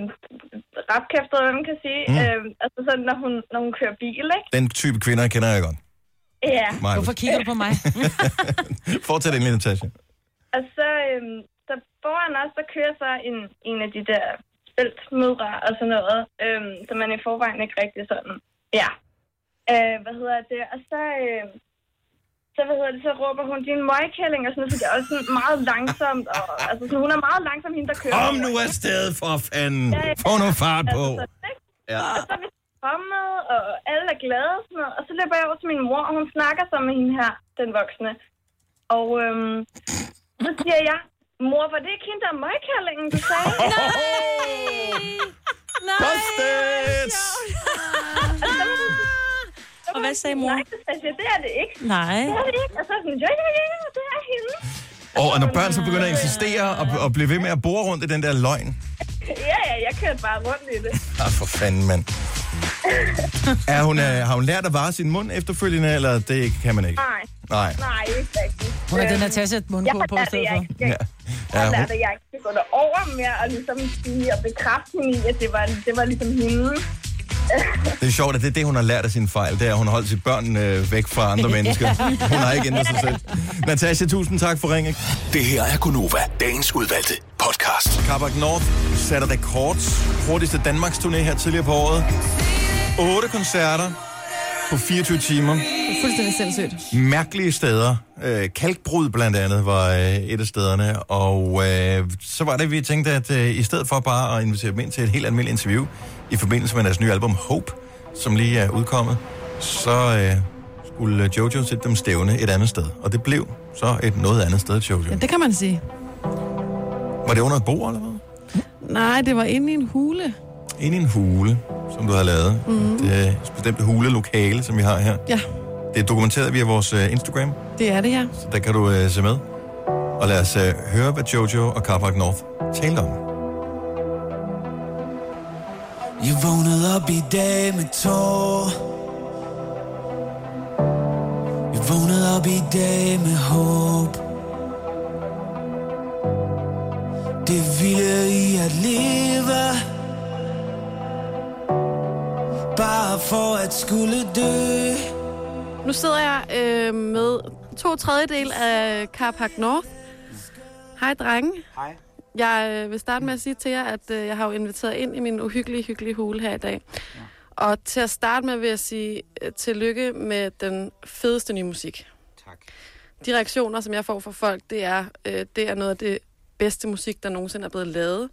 rapkæftet, hvad man kan sige,
Mm.
mm. øh, altså sådan, når hun, når hun kører bil, ikke?
Den type kvinder kender jeg godt.
Ja,
Maja.
Hvorfor kigger du på mig?
Fortæl endelig, Natasha.
og så, øh, så foran os, der kører så en, en af de der spæltmødre og sådan noget, øh, så man i forvejen ikke rigtig sådan, ja, øh, hvad hedder det, og så, øh, så, hvad hedder det, så råber hun, din møgkælling, og sådan noget, så det er også sådan meget langsomt, og altså sådan, hun er meget langsom, hende der kører.
Kom nu afsted, for fanden.
Ja, ja.
Få nu fart
Altså,
på.
så, ikke?
Ja.
Og så er vi kommet, og alle er glade og sådan noget. Og så løber jeg over til min mor, og hun snakker så med hende her, den voksne. Og øhm, så siger jeg, mor, var det ikke hende, der er møgkærlingen, du sagde?
Busted!
Og hvad sagde mor?
Nej, så sagde jeg, det er det ikke.
Nej.
Det er det ikke. Og så er jeg sådan, jo, jo, jo, jo, det er hende.
Og, og når børn så begynder at insistere og, og blive ved med at bore rundt i den der løgn.
Ja, ja, jeg kørte bare rundt i det.
Ah, for fanden, mand. Er hun, øh, har hun lært at vare sin mund efterfølgende, eller det kan man ikke?
Nej,
Nej.
nej, ikke rigtigt.
Hun har den
Øhm,
Natasha et
jeg
mundkur
har
på i
lært,
stedet
at jeg,
for.
jeg,
Ja.
jeg
Ja, hun,
lærte, at jeg ikke skulle gå derover mere og ligesom sige og bekræfte hende i, at det var, det var ligesom hende.
det er sjovt, at det er det, hun har lært af sin fejl. Det er, at hun har holdt sit børn øh, væk fra andre mennesker. Hun har ikke ændret sig selv. Natasha, tusind tak for ringen.
Det her er Gunova, dagens udvalgte podcast.
Carbac North satte rekord hurtigste Danmarks turné her tidligere på året. 8 koncerter på 24 timer.
Det er fuldstændig sindssygt.
Mærkelige steder. Øh, Kalkbrud blandt andet var øh, et af stederne. Og øh, så var det, vi tænkte, at øh, i stedet for bare at invitere dem ind til et helt almindeligt interview i forbindelse med deres nye album Hope, som lige er udkommet, så øh, skulle Jojo sætte dem stævne et andet sted. Og det blev så et noget andet sted, Jojo.
Ja, det kan man sige.
Var det under et bord eller hvad?
Nej, det var inde i en hule.
Inde i en hule, som du har lavet. Mm. Det er et bestemt hulelokale, som vi har her.
Ja,
Det er dokumenteret via vores øh, Instagram,
det er det, ja.
så der kan du øh, se med. Og lad os øh, høre, hvad Jojo og Carpark North talte om.
Jeg vågnede op i dag med tår Jeg vågnede op i dag med håb Det vilde i at leve Bare for at skulle dø
Nu sidder jeg øh, med to tredjedel af Carpark North. Hej, drenge. Hej. Jeg øh, vil starte med at sige til jer, at øh, jeg har jo inviteret ind i min uhyggelige, hyggelige hule her i dag. Ja. Og til at starte med vil jeg sige øh, tillykke med den fedeste nye musik.
Tak.
De reaktioner, som jeg får fra folk, det er, øh, det er noget af det bedste musik, der nogensinde er blevet lavet.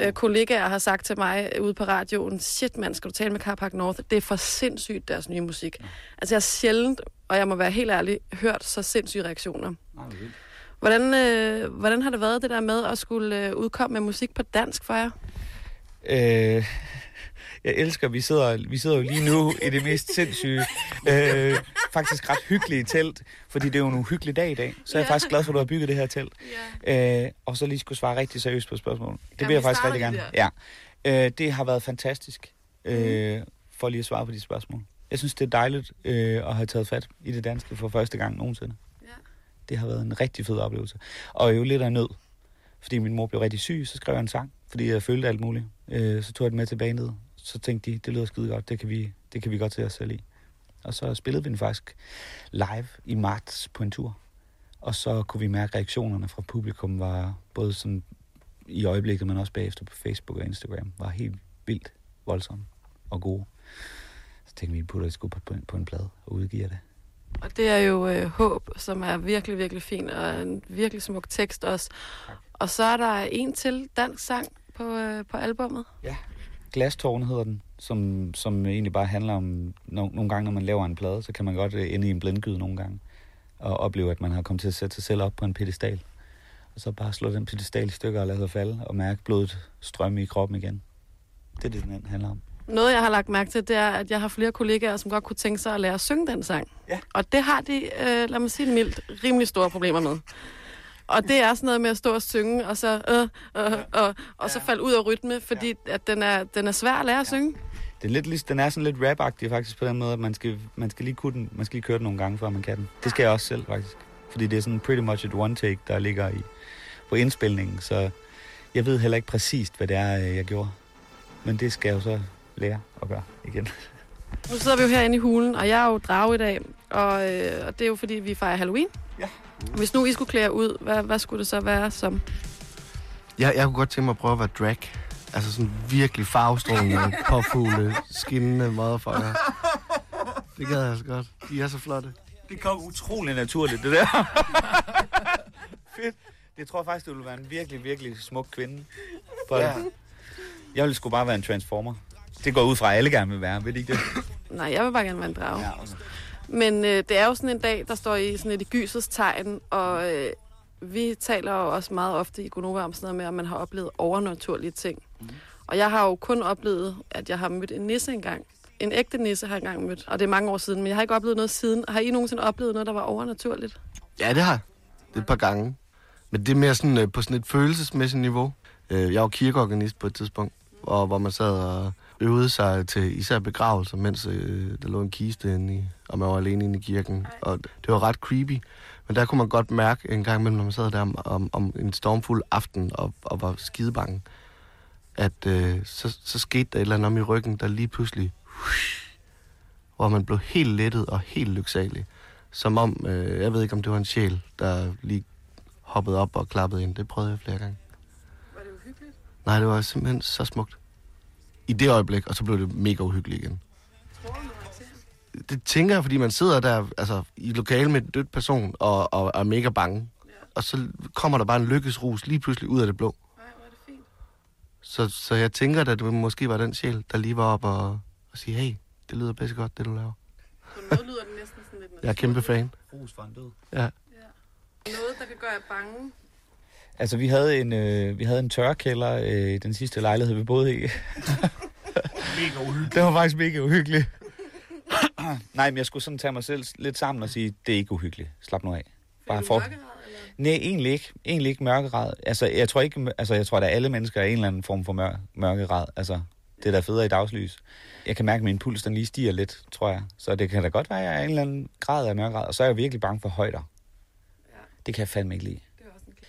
øh, kollegaer har sagt til mig ude på radioen, shit mand, skal du tale med Carpark North? Det er for sindssygt, deres nye musik. Altså jeg har sjældent, og jeg må være helt ærlig, hørt så sindssyge reaktioner. Hvordan, øh, hvordan har det været det der med at skulle øh, udkomme med musik på dansk for jer?
Øh, jeg elsker, vi sidder, vi sidder jo lige nu i det mest sindssyge, øh, faktisk ret hyggelige telt, fordi det er jo en uhyggelig dag i dag. Så er jeg
Ja.
faktisk glad for, at du har bygget det her telt. Øh, og så lige skulle svare rigtig seriøst på spørgsmålet. Det vil jeg
vi
faktisk
starter
rigtig gerne.
lige
Ja. Øh, det har været fantastisk, øh, for lige at svare på de spørgsmål. Jeg synes, det er dejligt øh, at have taget fat i det danske for første gang nogensinde. Det har været en rigtig fed oplevelse. Og jo lidt af nød. Fordi min mor blev rigtig syg, så skrev jeg en sang, fordi jeg følte alt muligt. Øh, så tog jeg den med tilbage ned. Så tænkte de, det lyder skide godt, det kan vi, det kan vi godt se os selv i. Og så spillede vi den faktisk live i marts på en tur. Og så kunne vi mærke, at reaktionerne fra publikum var både sådan i øjeblikket, men også bagefter på Facebook og Instagram, var helt vildt voldsomme og gode. Så tænkte vi, at vi putter det sgu på, på, en- på en plade og udgiver det.
Og det er jo øh, Håb, som er virkelig, virkelig fin, og en virkelig smuk tekst også. Og så er der en til dansk sang på, øh, på albummet.
Ja. Glastårn hedder den, som, som egentlig bare handler om, no, nogle gange når man laver en plade, så kan man godt øh, ende i en blindgyde nogle gange, og opleve, at man har kommet til at sætte sig selv op på en pedestal, og så bare slå den pedestal i stykker og lade sig falde, og mærke blodet strømme i kroppen igen. Det er det, den handler om.
Noget, jeg har lagt mærke til, det er, at jeg har flere kollegaer, som godt kunne tænke sig at lære at synge den sang. Ja. Og det har de, øh, lad mig sige det mildt, rimelig store problemer med. Og det er sådan noget med at stå og synge, og så, øh, øh, øh, og, og så falde ud af rytme, fordi at den, er, den er svær at lære at synge.
Det er lidt, lig- den er sådan lidt rap faktisk på den måde, at man skal, man skal lige kunne den, man skal lige køre den nogle gange, før man kan den. Det skal jeg også selv faktisk. Fordi det er sådan pretty much et one take, der ligger i, på indspilningen, så jeg ved heller ikke præcist, hvad det er, øh, jeg gjorde. Men det skal jeg jo så lære at gøre igen.
Nu sidder vi jo herinde i hulen, og jeg er jo drage i dag, og, øh, og det er jo fordi, vi fejrer Halloween.
Ja.
Hvis nu I skulle klæde jer ud, hvad, hvad skulle det så være som?
Jeg, jeg kunne godt tænke mig at prøve at være drag. Altså sådan virkelig farvestrålende, påfugle, skinnende motherfucker. Det gad jeg så godt. De er så flotte.
Det kom utrolig naturligt, det der. Fedt. Det tror jeg faktisk, det ville være en virkelig, virkelig smuk kvinde. For ja.
Ja.
Jeg ville sgu bare være en transformer. Det går ud fra, at alle gerne vil være, ved de ikke det?
Nej, jeg vil bare gerne være en drage. Ja, okay. Men øh, det er jo sådan en dag, der står i sådan et i gysets tegn, og øh, vi taler jo også meget ofte i Gonova om sådan noget med, at man har oplevet overnaturlige ting. Mm. Og jeg har jo kun oplevet, at jeg har mødt en nisse engang. En ægte nisse har jeg engang mødt, og det er mange år siden, men jeg har ikke oplevet noget siden. Har I nogensinde oplevet noget, der var overnaturligt?
Ja, det har jeg. Det er et par gange. Men det er mere sådan, øh, på sådan et følelsesmæssigt niveau. Øh, jeg var kirkeorganist på et tidspunkt, og hvor man sad og øvede sig til især begravelser, mens øh, der lå en kiste inde i, og man var alene inde i kirken. Og det var ret creepy. Men der kunne man godt mærke en gang imellem, når man sad der om, om, om en stormfuld aften og, og var skidebange, at øh, så, så skete der et eller andet om i ryggen, der lige pludselig... Hvor man blev helt lettet og helt lyksalig. Som om, øh, jeg ved ikke om det var en sjæl, der lige hoppede op og klappede ind. Det prøvede jeg flere gange. Var det uhyggeligt? Nej, det var simpelthen så smukt. I det øjeblik, og så blev det mega uhyggeligt igen. Det tænker jeg, fordi man sidder der altså, i lokale med en død person og, og er mega bange. Og så kommer der bare en lykkesrus lige pludselig ud af det blå. Så, så jeg tænker, at det måske var den sjæl, der lige var op og, og sige, hey, det lyder bedst godt, det du laver. Jeg er kæmpe fan.
Rus for en død.
Ja.
Noget, der kan gøre jer bange.
Altså, vi havde en, øh, vi havde en tørkælder øh, i den sidste lejlighed, vi boede i. mega uhyggeligt. Det var faktisk mega uhyggeligt. Nej, men jeg skulle sådan tage mig selv lidt sammen og sige, det er ikke uhyggeligt. Slap nu af. Bare for... Nej, egentlig ikke. Egentlig ikke mørkerad. Altså, jeg tror ikke, altså, jeg tror, at alle mennesker er en eller anden form for mør- mørkerad. Altså, det der federe i dagslys. Jeg kan mærke, at min puls den lige stiger lidt, tror jeg. Så det kan da godt være, at jeg er en eller anden grad af mørkerad. Og så er jeg virkelig bange for højder. Det kan jeg fandme ikke lide.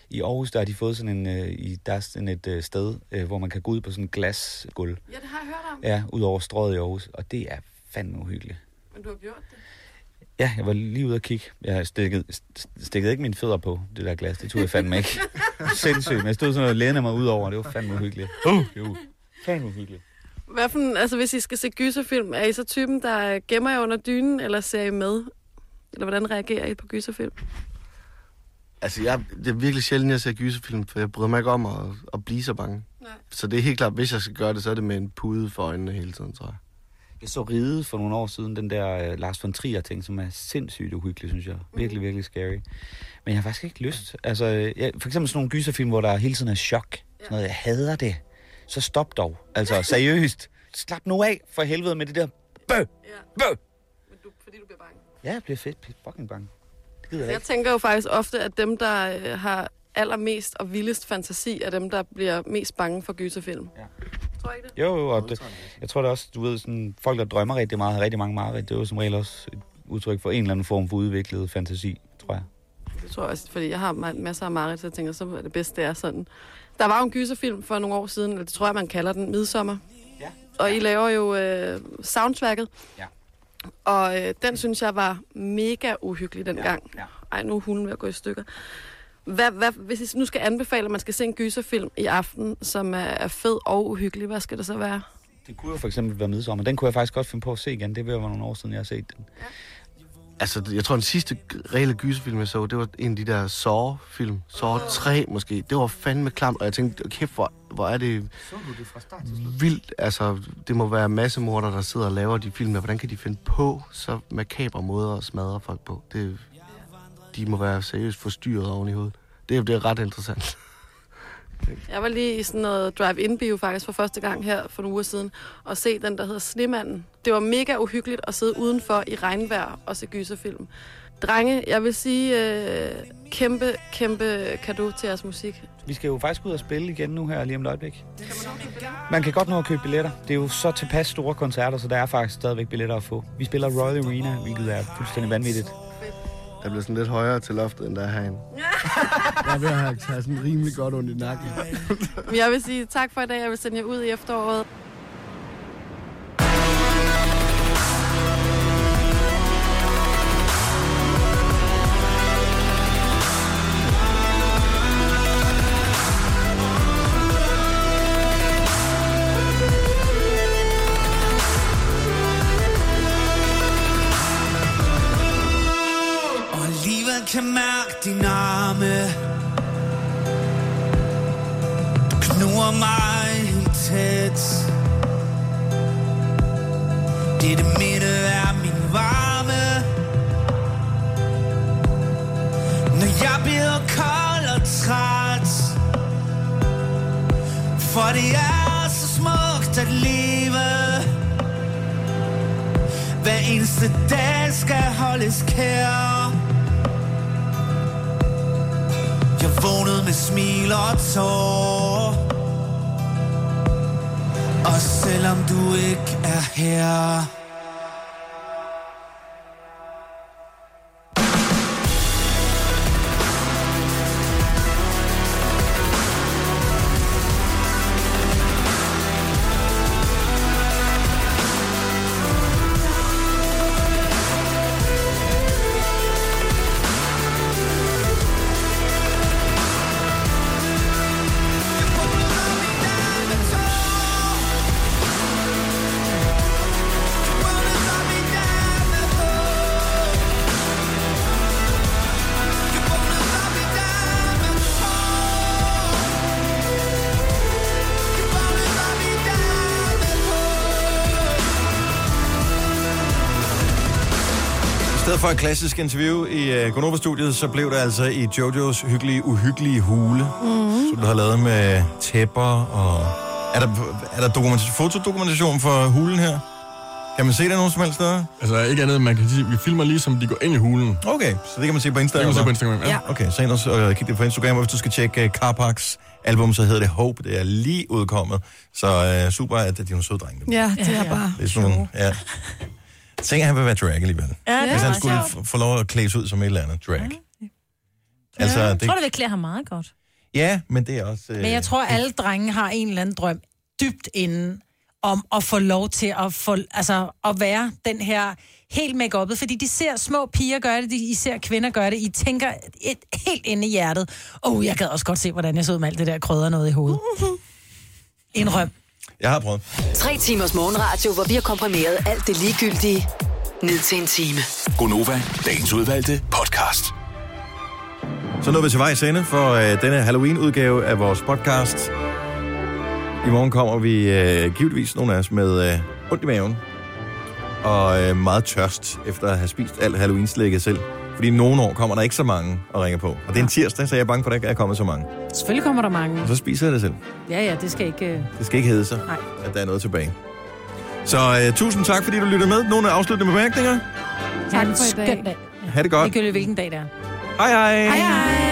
I Aarhus, der har de fået sådan en, øh, i, der er sådan et øh, sted, øh, hvor man kan gå ud på sådan et glasgulv.
Ja, det har jeg hørt om.
Ja, ud over strøget i Aarhus. Og det er fandme uhyggeligt.
Men du har gjort det.
Ja, jeg var lige ude at kigge. Jeg har stikket, st- stikkede ikke mine fødder på det der glas. Det tog jeg fandme ikke. Sindssygt. Men jeg stod sådan og lænede mig ud over. Det var fandme uhyggeligt. Uh, jo. Fandme uhyggeligt.
Hvad for en, altså hvis I skal se gyserfilm, er I så typen, der gemmer jer under dynen, eller ser I med? Eller hvordan reagerer I på gyserfilm?
Altså, jeg, det er virkelig sjældent, jeg ser gyserfilm, for jeg bryder mig ikke om at, at blive så bange. Nej. Så det er helt klart, hvis jeg skal gøre det, så er det med en pude for øjnene hele tiden, tror jeg.
Jeg så Ride for nogle år siden, den der øh, Lars von Trier-ting, som er sindssygt uhyggelig, synes jeg. Virkelig, virkelig scary. Men jeg har faktisk ikke lyst. Altså, øh, jeg, for eksempel sådan nogle gyserfilm, hvor der hele tiden er chok. Sådan noget, jeg hader det. Så stop dog. Altså, seriøst. Slap nu af for helvede med det der bø, bø. Ja, jeg bliver fedt, fucking bange. Det gider jeg
Altså, Jeg
ikke.
tænker jo faktisk ofte, at dem, der øh, har allermest og vildest fantasi, er dem, der bliver mest bange for gyserfilm. Ja.
Jo, jo, og det, jeg tror da også, du ved, sådan, folk, der drømmer rigtig meget, har rigtig mange mareridt. Det er jo som regel også et udtryk for en eller anden form for udviklet fantasi, tror jeg.
Det tror jeg også, fordi jeg har ma- masser af mareridt, så jeg tænker, så er det bedst, det er sådan. Der var jo en gyserfilm for nogle år siden, eller det tror jeg, man kalder den, Midsommer. Ja. Og I laver jo øh, soundtracket.
Ja.
Og øh, den synes jeg var mega uhyggelig dengang. Ja. Ej, nu er hunden ved at gå i stykker. Hvad, hvad, hvis I nu skal anbefale, at man skal se en gyserfilm i aften, som er, er fed og uhyggelig, hvad skal det så være?
Det kunne jo for eksempel være midsommer. Den kunne jeg faktisk godt finde på at se igen. Det var nogle år siden, jeg har set den.
Altså, jeg tror, den sidste reelle gyserfilm, jeg så, det var en af de der Saw-film.
Ah.
Saw 3 måske. Det var fandme klamt, og jeg tænkte, kæft, hvor, hvor er det
Så du det fra start?
vildt. Altså, det må være massemorder, der sidder og laver de film, og hvordan kan de finde på så makabre måder at smadre folk på? Det, de må være seriøst forstyrret oven i hovedet. Det, det er ret interessant.
Jeg var lige i sådan noget drive-in-bio faktisk for første gang her for nogle uger siden, og se den, der hedder Snemanden. Det var mega uhyggeligt at sidde udenfor i regnvejr og se gyserfilm. Drenge, jeg vil sige øh, kæmpe, kæmpe kado til jeres musik.
Vi skal jo faktisk ud og spille igen nu her lige om et øjeblik. Man kan godt nå at købe billetter. Det er jo så tilpas store koncerter, så der er faktisk stadigvæk billetter at få. Vi spiller Royal Arena, hvilket er fuldstændig vanvittigt.
Der bliver sådan lidt højere til loftet, end der er herinde. Jeg er ved at have have sådan rimelig godt ondt i nakken.
Men Jeg vil sige tak for i dag. Jeg vil sende jer ud i efteråret.
Og alligevel kan mærke din arme Du knurrer mig helt tæt Dette minde er min varme Når jeg bliver kold og træt For det er så smukt at leve hver eneste dag skal holdes kær Jeg vågnede med smil og tårer Og selvom du ikke er her
I stedet for et klassisk interview i uh, Gonova-studiet, så blev det altså i Jojos hyggelige, uhyggelige hule, mm. som du har lavet med tæpper og... Er der, er der dokumentation, fotodokumentation for hulen her? Kan man se det nogen som helst steder?
Altså ikke andet, end man kan sige, vi filmer lige som de går ind i hulen.
Okay, så det kan man se på Instagram?
Det kan man se på Instagram, ja.
Okay, så ind og øh, kig det på Instagram, og hvis du skal tjekke uh, Carparks album, så hedder det Hope. Det er lige udkommet, så uh, super, at de er nogle søde drenge.
Ja, det er bare...
Det er sådan nogle, ja. Tænk, at han vil være drag alligevel.
Ja, det er
Hvis han
meget
skulle
sjovt.
f- få lov at klædes ud som et eller andet drag. Altså,
jeg
det,
tror, det vil klæde ham meget godt.
ja, men det er også... Øh,
Men jeg tror, alle drenge har en eller anden drøm dybt inden om at få lov til at, få, altså, at være den her helt make -uppet. Fordi de ser små piger gøre det, de, I ser kvinder gøre det. I tænker et, helt inde i hjertet, åh, oh, jeg gad også godt se, hvordan jeg så ud med alt det der krydder noget i hovedet. Indrøm.
Jeg har prøvet.
Tre timers morgenradio, hvor vi har komprimeret alt det ligegyldige ned til en time.
Gonova, dagens udvalgte podcast.
Så nåede vi til vejs ende for øh, denne Halloween-udgave af vores podcast. I morgen kommer vi øh, givetvis, nogle af os, med øh, ondt i maven og øh, meget tørst efter at have spist alt Halloween-slikket selv. Fordi nogle år kommer der ikke så mange og ringer på. Og det er en tirsdag, så jeg er bange for, at der ikke er kommet så mange.
Selvfølgelig kommer der mange.
Og så spiser jeg det selv.
Ja, ja, det skal ikke... øh,
Det skal ikke hedde sig,
Nej.
at der er noget tilbage. Så øh, tusind tak, fordi du lytter med. Nogle afsluttende bemærkninger.
Tak for i dag.
Ha' det godt.
Ikke hvilken dag det er.
Hej hej.
Hej hej.